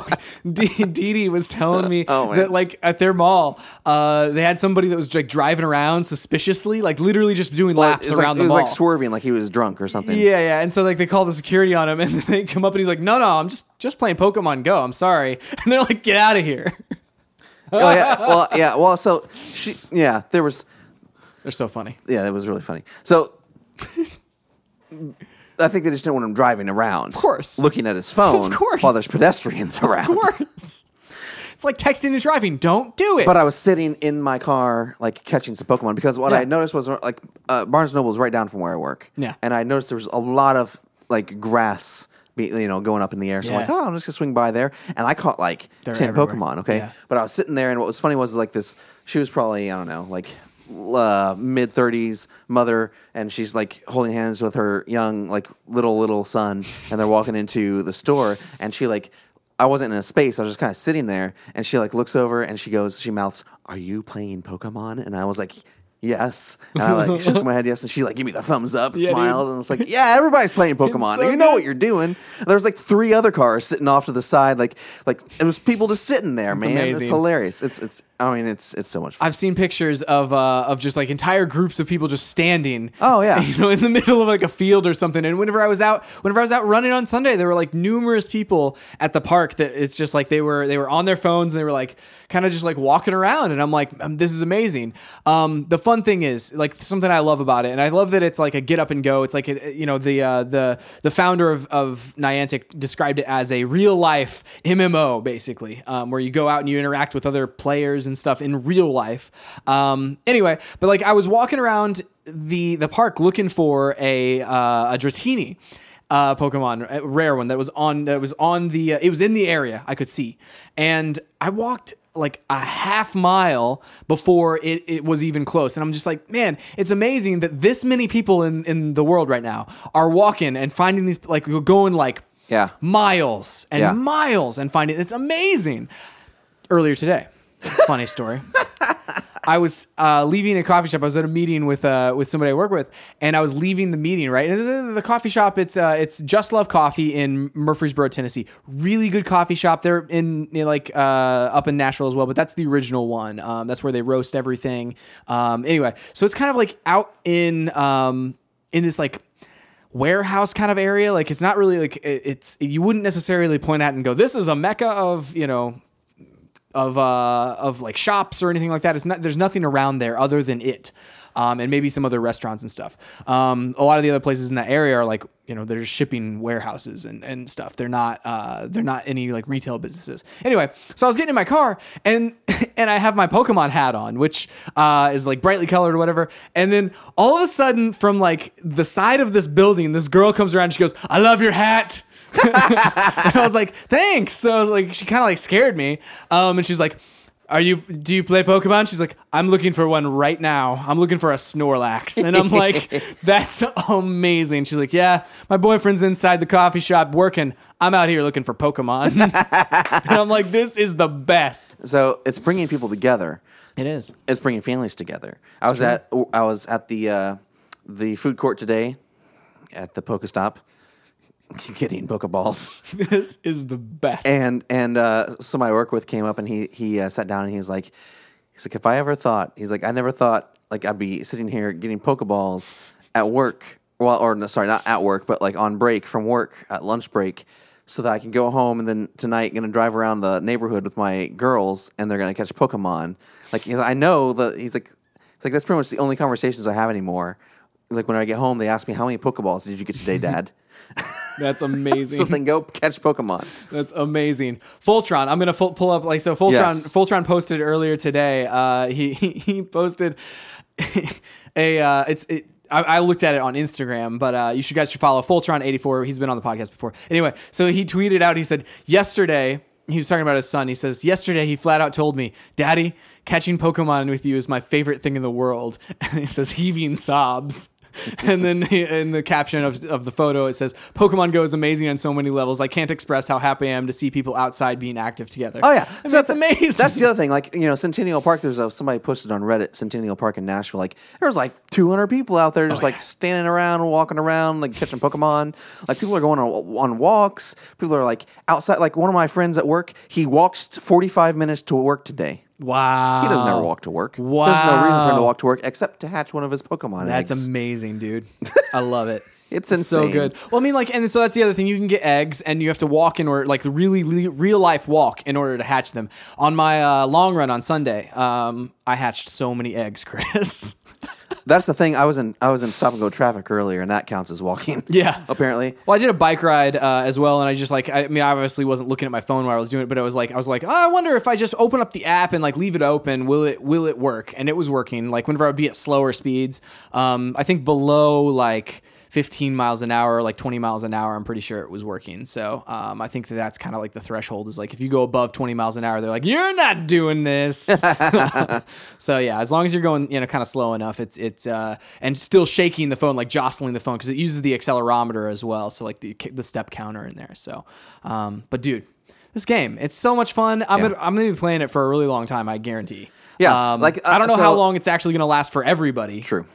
S1: Dee Dee Dee was telling me
S2: Oh, man.
S1: that like at their mall, uh, they had somebody that was like driving around suspiciously, like literally just doing laps
S2: it was, like, it
S1: around the
S2: was
S1: mall.
S2: like swerving, like he was drunk or something.
S1: yeah, yeah. And so like they call the security on him, and they come up and he's like, "No, no, I'm just just playing Pokemon Go. I'm sorry." And they're like, "Get out of here."
S2: Oh yeah. Well, yeah. Well, so she. Yeah, there was.
S1: They're so funny.
S2: yeah, that was really funny. So I think they just didn't want him driving around. Of
S1: course.
S2: Looking at his phone
S1: Of course.
S2: while there's pedestrians around.
S1: Of course. It's like texting and driving. Don't do it.
S2: But I was sitting in my car, like catching some Pokemon, because what
S1: Yeah.
S2: I had noticed was like uh, Barnes Noble is right down from where I work.
S1: Yeah.
S2: And I noticed there was a lot of like grass, be, you know, going up in the air. So I'm
S1: Yeah.
S2: like, oh, I'm just gonna swing by there, and I caught like
S1: They're
S2: ten
S1: everywhere.
S2: Pokemon. Okay.
S1: Yeah.
S2: But I was sitting there, and what was funny was like this. She was probably I don't know, like uh, mid thirties mother, and she's like holding hands with her young, like little little son, and they're walking into the store, and she like. I wasn't in a space. I was just kind of sitting there, and she like looks over and she goes, she mouths, "Are you playing Pokemon?" And I was like, yes. And I like shook my head yes, and she like gave me the thumbs up,
S1: Yeah, dude.
S2: smiled, and it's like, yeah, everybody's playing Pokemon.
S1: so
S2: you know
S1: good.
S2: what you're doing. And there was like three other cars sitting off to the side, like like it was people just sitting there, man. It's
S1: amazing.
S2: hilarious. It's it's I mean it's it's so much fun.
S1: I've seen pictures of uh, of just like entire groups of people just standing.
S2: Oh, yeah.
S1: you know, in the middle of like a field or something. And whenever I was out, whenever I was out running on Sunday, there were like numerous people at the park that it's just like they were they were on their phones and they were like kind of just like walking around. And I'm like, um, this is amazing. Um, the fun thing is like something I love about it, and I love that it's like a get up and go. It's like it, you know the uh, the the founder of of Niantic described it as a real life MMO basically, um, where you go out and you interact with other players and stuff in real life. Um, anyway, but like I was walking around the the park looking for a uh, a Dratini. Uh, Pokemon, a rare one that was on that was on the uh, it was in the area I could see, and I walked like a half mile before it, it was even close. And I'm just like, man, it's amazing that this many people in, in the world right now are walking and finding these like we're going like
S2: Yeah.
S1: miles and
S2: Yeah.
S1: miles and finding it's amazing. Earlier today, funny story. I was uh, leaving a coffee shop. I was at a meeting with uh, with somebody I work with, and I was leaving the meeting. Right, and the, the coffee shop it's uh, it's Just Love Coffee in Murfreesboro, Tennessee. Really good coffee shop. They're in you know, like uh, up in Nashville as well, but that's the original one. Um, that's where they roast everything. Um, anyway, so it's kind of like out in um, in this like warehouse kind of area. Like it's not really like it- it's you wouldn't necessarily point out and go, this is a mecca of you know of uh of like shops or anything like that. It's not there's nothing around there other than it. Um, and maybe some other restaurants and stuff. Um, a lot of the other places in that area are like, you know, they're just shipping warehouses and, and stuff. They're not uh, they're not any like retail businesses. Anyway, so I was getting in my car and and I have my Pokemon hat on, which uh, is like brightly colored or whatever. And then all of a sudden, from like the side of this building, this girl comes around. And she goes, "I love your hat." and I was like, thanks. So I was like, she kind of like scared me. Um, and she's like, are you, do you play Pokemon? She's like, I'm looking for one right now. I'm looking for a Snorlax. And I'm like, that's amazing. She's like, yeah, my boyfriend's inside the coffee shop working. I'm out here looking for Pokemon. and I'm like, this is the best.
S2: So it's bringing people together.
S1: It is.
S2: it's bringing families together. I was at I was at the uh, the food court today at the Pokestop getting Pokeballs,
S1: This is the best.
S2: and and uh, somebody I work with came up and he he uh, sat down and he's like he's like if I ever thought he's like I never thought like I'd be sitting here getting Pokeballs at work. Well, or no, sorry, not at work, but like on break from work at lunch break. So that I can go home and then tonight gonna drive around the neighborhood with my girls and they're gonna catch Pokemon. Like he's, I know that he's like it's like that's pretty much the only conversations I have anymore. Like when I get home, they ask me how many Pokeballs did you get today, Dad?
S1: that's amazing.
S2: so then go catch Pokemon.
S1: That's amazing. Fultron, I'm gonna fu- pull up like so. Fultron,
S2: Yes.
S1: Fultron posted earlier today. Uh, he, he he posted a uh, it's it. I, I looked at it on Instagram, but uh, you should guys should follow Fultron84. He's been on the podcast before. Anyway, so he tweeted out. He said yesterday he was talking about his son. He says yesterday he flat out told me, "Daddy, catching Pokemon with you is my favorite thing in the world." And he says heaving sobs and then in the caption of, of the photo, it says, Pokemon Go is amazing on so many levels. I can't express how happy I am to see people outside being active together.
S2: Oh yeah,
S1: I mean,
S2: So
S1: that's amazing.
S2: That's the other thing. Like you know, Centennial Park. There's a somebody posted on Reddit Centennial Park in Nashville. Like there was like 200 people out
S1: Oh,
S2: there just like standing around, walking around, like catching Pokemon. Like people are going on, on walks. People are like outside. Like one of my friends at work, he walks 45 minutes to work today.
S1: wow.
S2: He doesn't ever walk to work. There's no reason for him to
S1: Oh. Wow.
S2: walk to work except to hatch one of his Pokemon.
S1: That's
S2: eggs.
S1: amazing, dude. I love it.
S2: It's
S1: so
S2: insane.
S1: good. Well, I mean, like, and so that's the other thing. You can get eggs, and you have to walk in order, like, the really le- real life walk in order to hatch them. On my uh, long run on Sunday, um, I hatched so many eggs, Chris.
S2: That's the thing. I was in I was in stop and go traffic earlier, and that counts as walking.
S1: Yeah.
S2: apparently.
S1: Well, I did a bike ride uh, as well, and I just like, I mean, I obviously wasn't looking at my phone while I was doing it, but I was like, I was like, oh, I wonder if I just open up the app and like leave it open, will it will it work? And it was working. Like whenever I would be at slower speeds, um, I think below like 15 miles an hour, like 20 miles an hour, I'm pretty sure it was working. So um, I think that that's kind of like the threshold is like if you go above 20 miles an hour, they're like, you're not doing this. So yeah, as long as you're going, you know, kind of slow enough, it's it's uh, and still shaking the phone, like jostling the phone, because it uses the accelerometer as well, so like the the step counter in there. So, um, but dude, this game. It's so much fun. I'm
S2: Yeah.
S1: gonna I'm gonna be playing it for a really long time. I guarantee.
S2: Yeah,
S1: Um,
S2: like,
S1: I
S2: uh,
S1: don't know
S2: so-
S1: how long it's actually gonna last for everybody.
S2: True.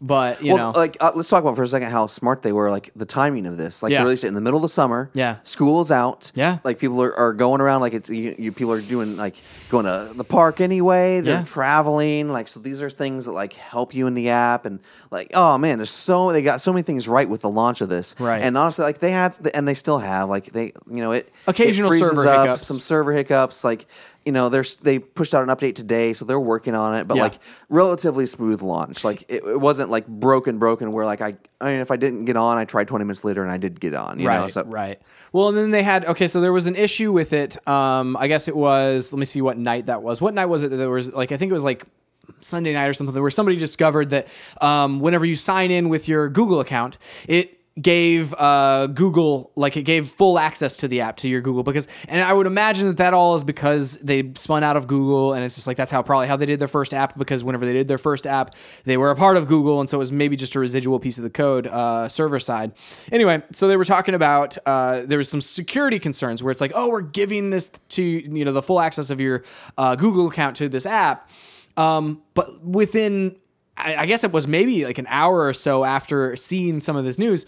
S1: But you
S2: well,
S1: know,
S2: like uh, let's talk about for a second how smart they were, like the timing of this. Like
S1: Yeah.
S2: they released it in the middle of the summer.
S1: Yeah.
S2: school is out.
S1: Yeah.
S2: like people are, are going around. Like it's you, you people are doing like going to the park anyway. They're
S1: Yeah.
S2: traveling. Like so, these are things that like help you in the app and like oh man, there's so they got so many things right with the launch of this.
S1: Right.
S2: and honestly, like they had and they still have like they you know it
S1: Occasional
S2: it freezes
S1: server
S2: up,
S1: hiccups.
S2: some server hiccups like. You know, there's they pushed out an update today, so they're working on it. But
S1: Yeah.
S2: like, relatively smooth launch. Like it, it wasn't like broken, broken. Where like I, I mean, if I didn't get on, I tried twenty minutes later and I did get on. You
S1: right,
S2: know, so
S1: right. Well, and then they had okay. So there was an issue with it. Um, I guess it was. Let me see what night that was. What night was it that there was like? I think it was like Sunday night or something, where somebody discovered that um, whenever you sign in with your Google account, it gave uh, Google like it gave full access to the app to your Google because and I would imagine that that all is because they spun out of Google and it's just like that's how probably how they did their first app because whenever they did their first app they were a part of Google and so it was maybe just a residual piece of the code uh, server side anyway so they were talking about uh, there was some security concerns where it's like oh we're giving this to you know the full access of your uh, Google account to this app um, but within, I, I guess it was maybe like an hour or so after seeing some of this news,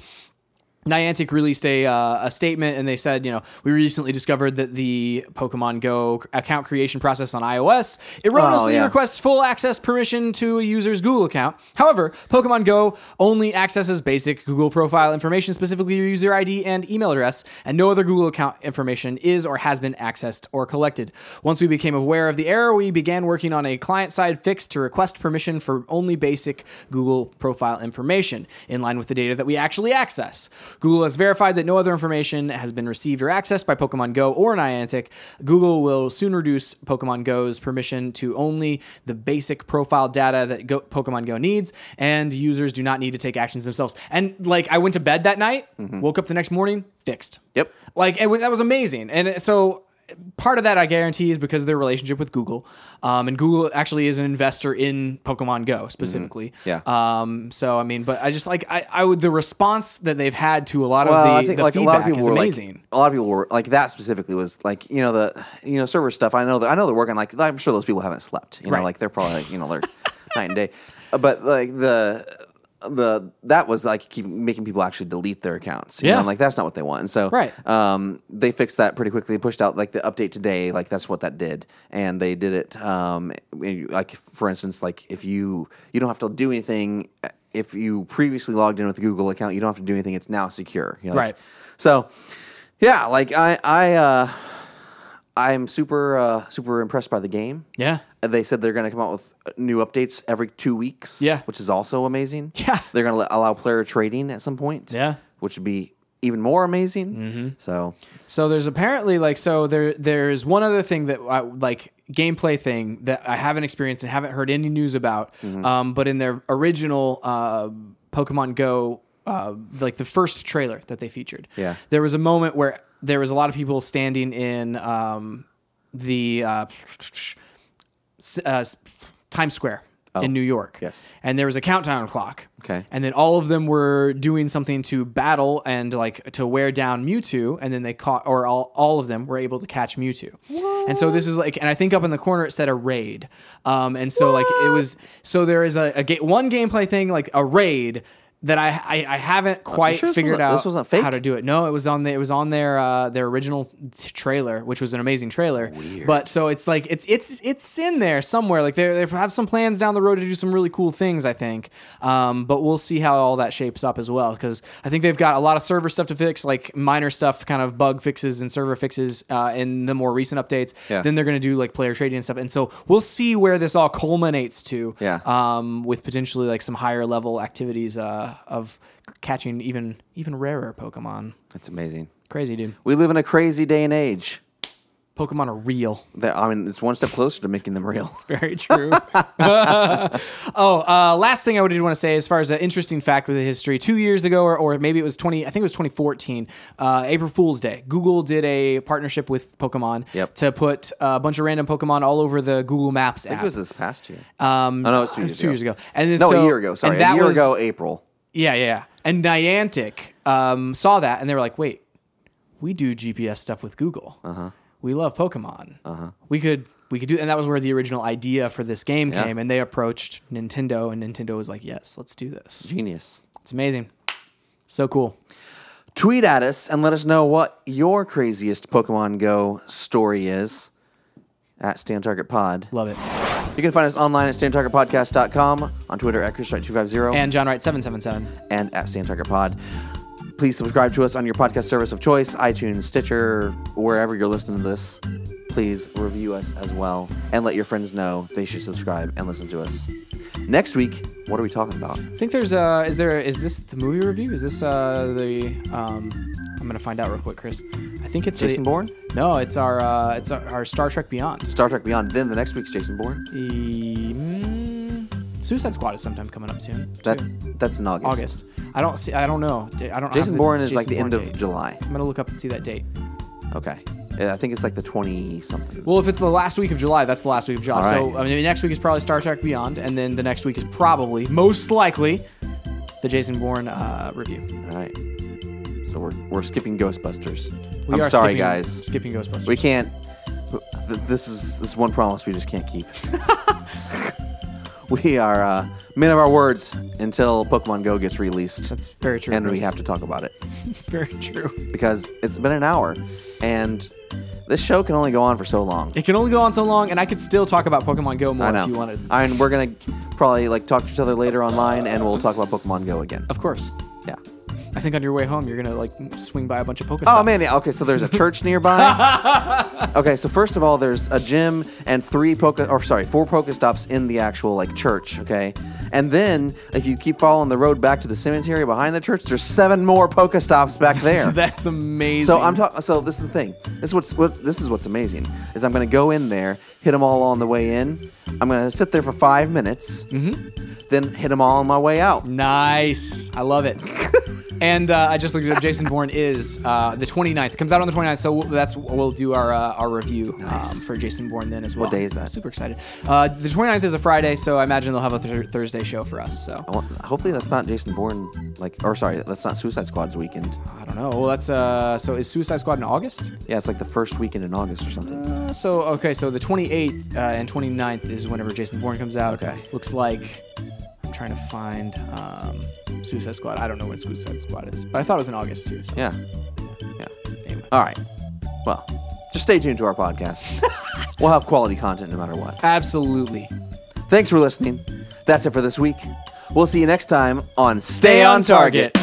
S1: Niantic released a uh, a statement and they said, you know, we recently discovered that the Pokemon Go account creation process on iOS erroneously
S2: Oh, yeah.
S1: requests full access permission to a user's Google account. However, Pokemon Go only accesses basic Google profile information, specifically your user ID and email address, and no other Google account information is or has been accessed or collected. Once we became aware of the error, we began working on a client-side fix to request permission for only basic Google profile information in line with the data that we actually access. Google has verified that no other information has been received or accessed by Pokemon Go or Niantic. Google will soon reduce Pokemon Go's permission to only the basic profile data that Go- Pokemon Go needs, and users do not need to take actions themselves. And like, I went to bed that night, woke up the next morning, fixed.
S2: Yep.
S1: Like, it, wa- that was amazing. And it- so. Part of that, I guarantee, is because of their relationship with Google, um, and Google actually is an investor in Pokemon Go specifically.
S2: Mm-hmm. Yeah.
S1: Um, so I mean, but I just like I, I would the response that they've had to a lot of
S2: Well,
S1: the,
S2: I think
S1: the
S2: like a lot
S1: feedback
S2: of people
S1: is
S2: were
S1: amazing.
S2: like a lot of people were like that specifically was like you know the you know server stuff. I know that I know they're working like I'm sure those people haven't slept. You know,
S1: Right.
S2: like they're probably like, you know they're night and day, Uh, but like the. The that was like keep making people actually delete their accounts. You know,
S1: Yeah.
S2: I'm like that's not what they want. And so
S1: Right.
S2: um, they fixed that pretty quickly. They pushed out like the update today, like that's what that did, and they did it. Um, when you- like for instance, like if you you don't have to do anything eh, if you previously logged in with a Google account, you don't have to do anything. It's now secure. You know, like-
S1: Right.
S2: So, yeah, like I I uh, I'm super uh, super impressed by the game.
S1: yeah,
S2: They said they're going to come out with uh, new updates every two weeks.
S1: Yeah.
S2: which is also amazing.
S1: Yeah.
S2: they're going to allow player trading at some point.
S1: Yeah.
S2: which would be even more amazing. Mm-hmm. So
S1: So there's apparently like so there there's one other thing that I, like gameplay thing that I haven't experienced and haven't heard any news about.
S2: Mm-hmm.
S1: Um, but in their original uh, Pokemon Go, uh, like the first trailer that they featured,
S2: Yeah.
S1: there was a moment where there was a lot of people standing in um, the uh, s- uh, s- Times Square. In New York,
S2: Oh. yes.
S1: and there was a countdown clock.
S2: Okay.
S1: And then all of them were doing something to battle and like to wear down Mewtwo, and then they caught, or all, all of them were able to catch Mewtwo. And so this is like, and I think up in the corner it said a raid. Um, and so like it was, so there is a, a ga- one gameplay thing like a raid that I I, I haven't quite
S2: sure this
S1: figured
S2: wasn't-
S1: out
S2: this wasn't fake?
S1: how to do it. No, it was on the it was on their uh, their original t- trailer, which was an amazing trailer. But so it's like it's it's it's in there somewhere. Like they they have some plans down the road to do some really cool things. I think, um, but we'll see how all that shapes up as well because I think they've got a lot of server stuff to fix, like minor stuff, kind of bug fixes and server fixes uh, in the more recent updates.
S2: Yeah.
S1: Then they're going to do like player trading and stuff, and so we'll see where this all culminates to
S2: Yeah.
S1: um, with potentially like some higher level activities uh, of catching even even rarer Pokemon.
S2: that's amazing.
S1: Crazy dude,
S2: We live in a crazy day and age.
S1: Pokemon are real.
S2: That I mean, it's one step closer to making them real.
S1: Very true. oh, uh, last thing I did want to say, as far as an interesting fact with the history, two years ago, or, or maybe it was twenty, I think it was twenty fourteen, uh, April Fool's Day. Google did a partnership with Pokemon
S2: Yep.
S1: to put a bunch of random Pokemon all over the Google Maps
S2: I
S1: app.
S2: think it was this past year.
S1: um,
S2: Oh, no, it was two
S1: it
S2: years
S1: was two
S2: ago.
S1: years ago, and then,
S2: no,
S1: so-
S2: a year ago. Sorry,
S1: and that
S2: a year
S1: was,
S2: ago, April.
S1: Yeah, yeah, yeah. And Niantic um, saw that and they were like, wait, we do GPS stuff with Google. Uh-huh. we love Pokemon.
S2: Uh-huh.
S1: We could we could do, and that was where the original idea for this game
S2: Yeah.
S1: came. And they approached Nintendo, and Nintendo was like, "Yes, let's do this."
S2: Genius.
S1: It's amazing, so cool.
S2: Tweet at us and let us know what your craziest Pokemon Go story is at Stand Target Pod.
S1: Love it.
S2: You can find us online at standtargetpodcast.com, on Twitter at ChrisWright250,
S1: And John Wright seven seven seven.
S2: and at Stand Target Pod. Please subscribe to us on your podcast service of choice, iTunes, Stitcher, wherever you're listening to this. Please review us as well and let your friends know they should subscribe and listen to us. Next week, what are we talking about?
S1: I think there's uh is there is this the movie review? Is this uh the um I'm gonna find out real quick, Chris. I think it's the-
S2: Jason Bourne?
S1: No, it's our uh it's our, our Star Trek Beyond.
S2: Star Trek Beyond. Then the next week's Jason Bourne.
S1: The mm, Suicide Squad is sometime coming up soon.
S2: That
S1: too.
S2: that's in August.
S1: August. I don't see. I don't know. I don't. have
S2: Jason
S1: the
S2: Bourne is like
S1: Jason
S2: the end
S1: Bourne
S2: of
S1: date.
S2: July.
S1: I'm gonna look up and see that date.
S2: Okay. Yeah, I think it's like the twenty something.
S1: Well, if it's the last week of July, that's the last week of July.
S2: All
S1: So
S2: right.
S1: I mean, next week is probably Star Trek Beyond, and then the next week is probably, most likely, the Jason Bourne uh, review.
S2: All right. So we're we're skipping Ghostbusters.
S1: We
S2: I'm
S1: are
S2: sorry,
S1: skipping-
S2: guys.
S1: Skipping Ghostbusters.
S2: We can't. th- This is this is one promise we just can't keep. we are uh, men of our words until Pokemon Go gets released,
S1: That's very true.
S2: and we
S1: Chris.
S2: have to talk about it
S1: It's very true.
S2: because it's been an hour, and this show can only go on for so long.
S1: It can only go on so long, and I could still talk about Pokemon Go more
S2: I know.
S1: if you wanted.
S2: I mean, we're gonna probably like talk to each other later online, and we'll talk about Pokemon Go again.
S1: Of course.
S2: Yeah.
S1: I think on your way home, you're gonna like swing by a bunch of Pokestops.
S2: Oh man. yeah, Okay. So there's a church nearby. okay. So first of all, there's a gym and three poke or sorry, four Pokestops in the actual like church. Okay. And then if you keep following the road back to the cemetery behind the church, there's seven more Pokestops back there.
S1: That's amazing.
S2: So I'm talking. So this is the thing. This is what's what, this is what's amazing is I'm gonna go in there, hit them all on the way in. I'm gonna sit there for five minutes,
S1: Mm-hmm.
S2: then hit them all on my way out.
S1: Nice. I love it. and uh, I just looked it up. Jason Bourne is uh, the 29th. It comes out on the 29th, so we'll, that's we'll do our uh, our review um,
S2: Nice.
S1: for Jason Bourne then as well.
S2: day is that?
S1: Super excited. Uh, the 29th is a Friday, so I imagine they'll have a thir- Thursday show for us. So
S2: I want- Hopefully that's not Jason Bourne, like, or sorry, that's not Suicide Squad's weekend.
S1: I don't know. Well, that's uh. So is Suicide Squad in August?
S2: Yeah, it's like the first weekend in August or something.
S1: Uh, so okay, so the 28th uh, and 29th is whenever Jason Bourne comes out.
S2: Okay.
S1: Looks like I'm trying to find um, Suicide Squad. I don't know when Suicide Squad is, but I thought it was in August too. So
S2: Yeah, yeah.
S1: anyway.
S2: All right. Well, just stay tuned to our podcast. we'll have quality content no matter what.
S1: Absolutely.
S2: Thanks for listening. That's it for this week. We'll see you next time on Stay,
S1: Stay
S2: on target.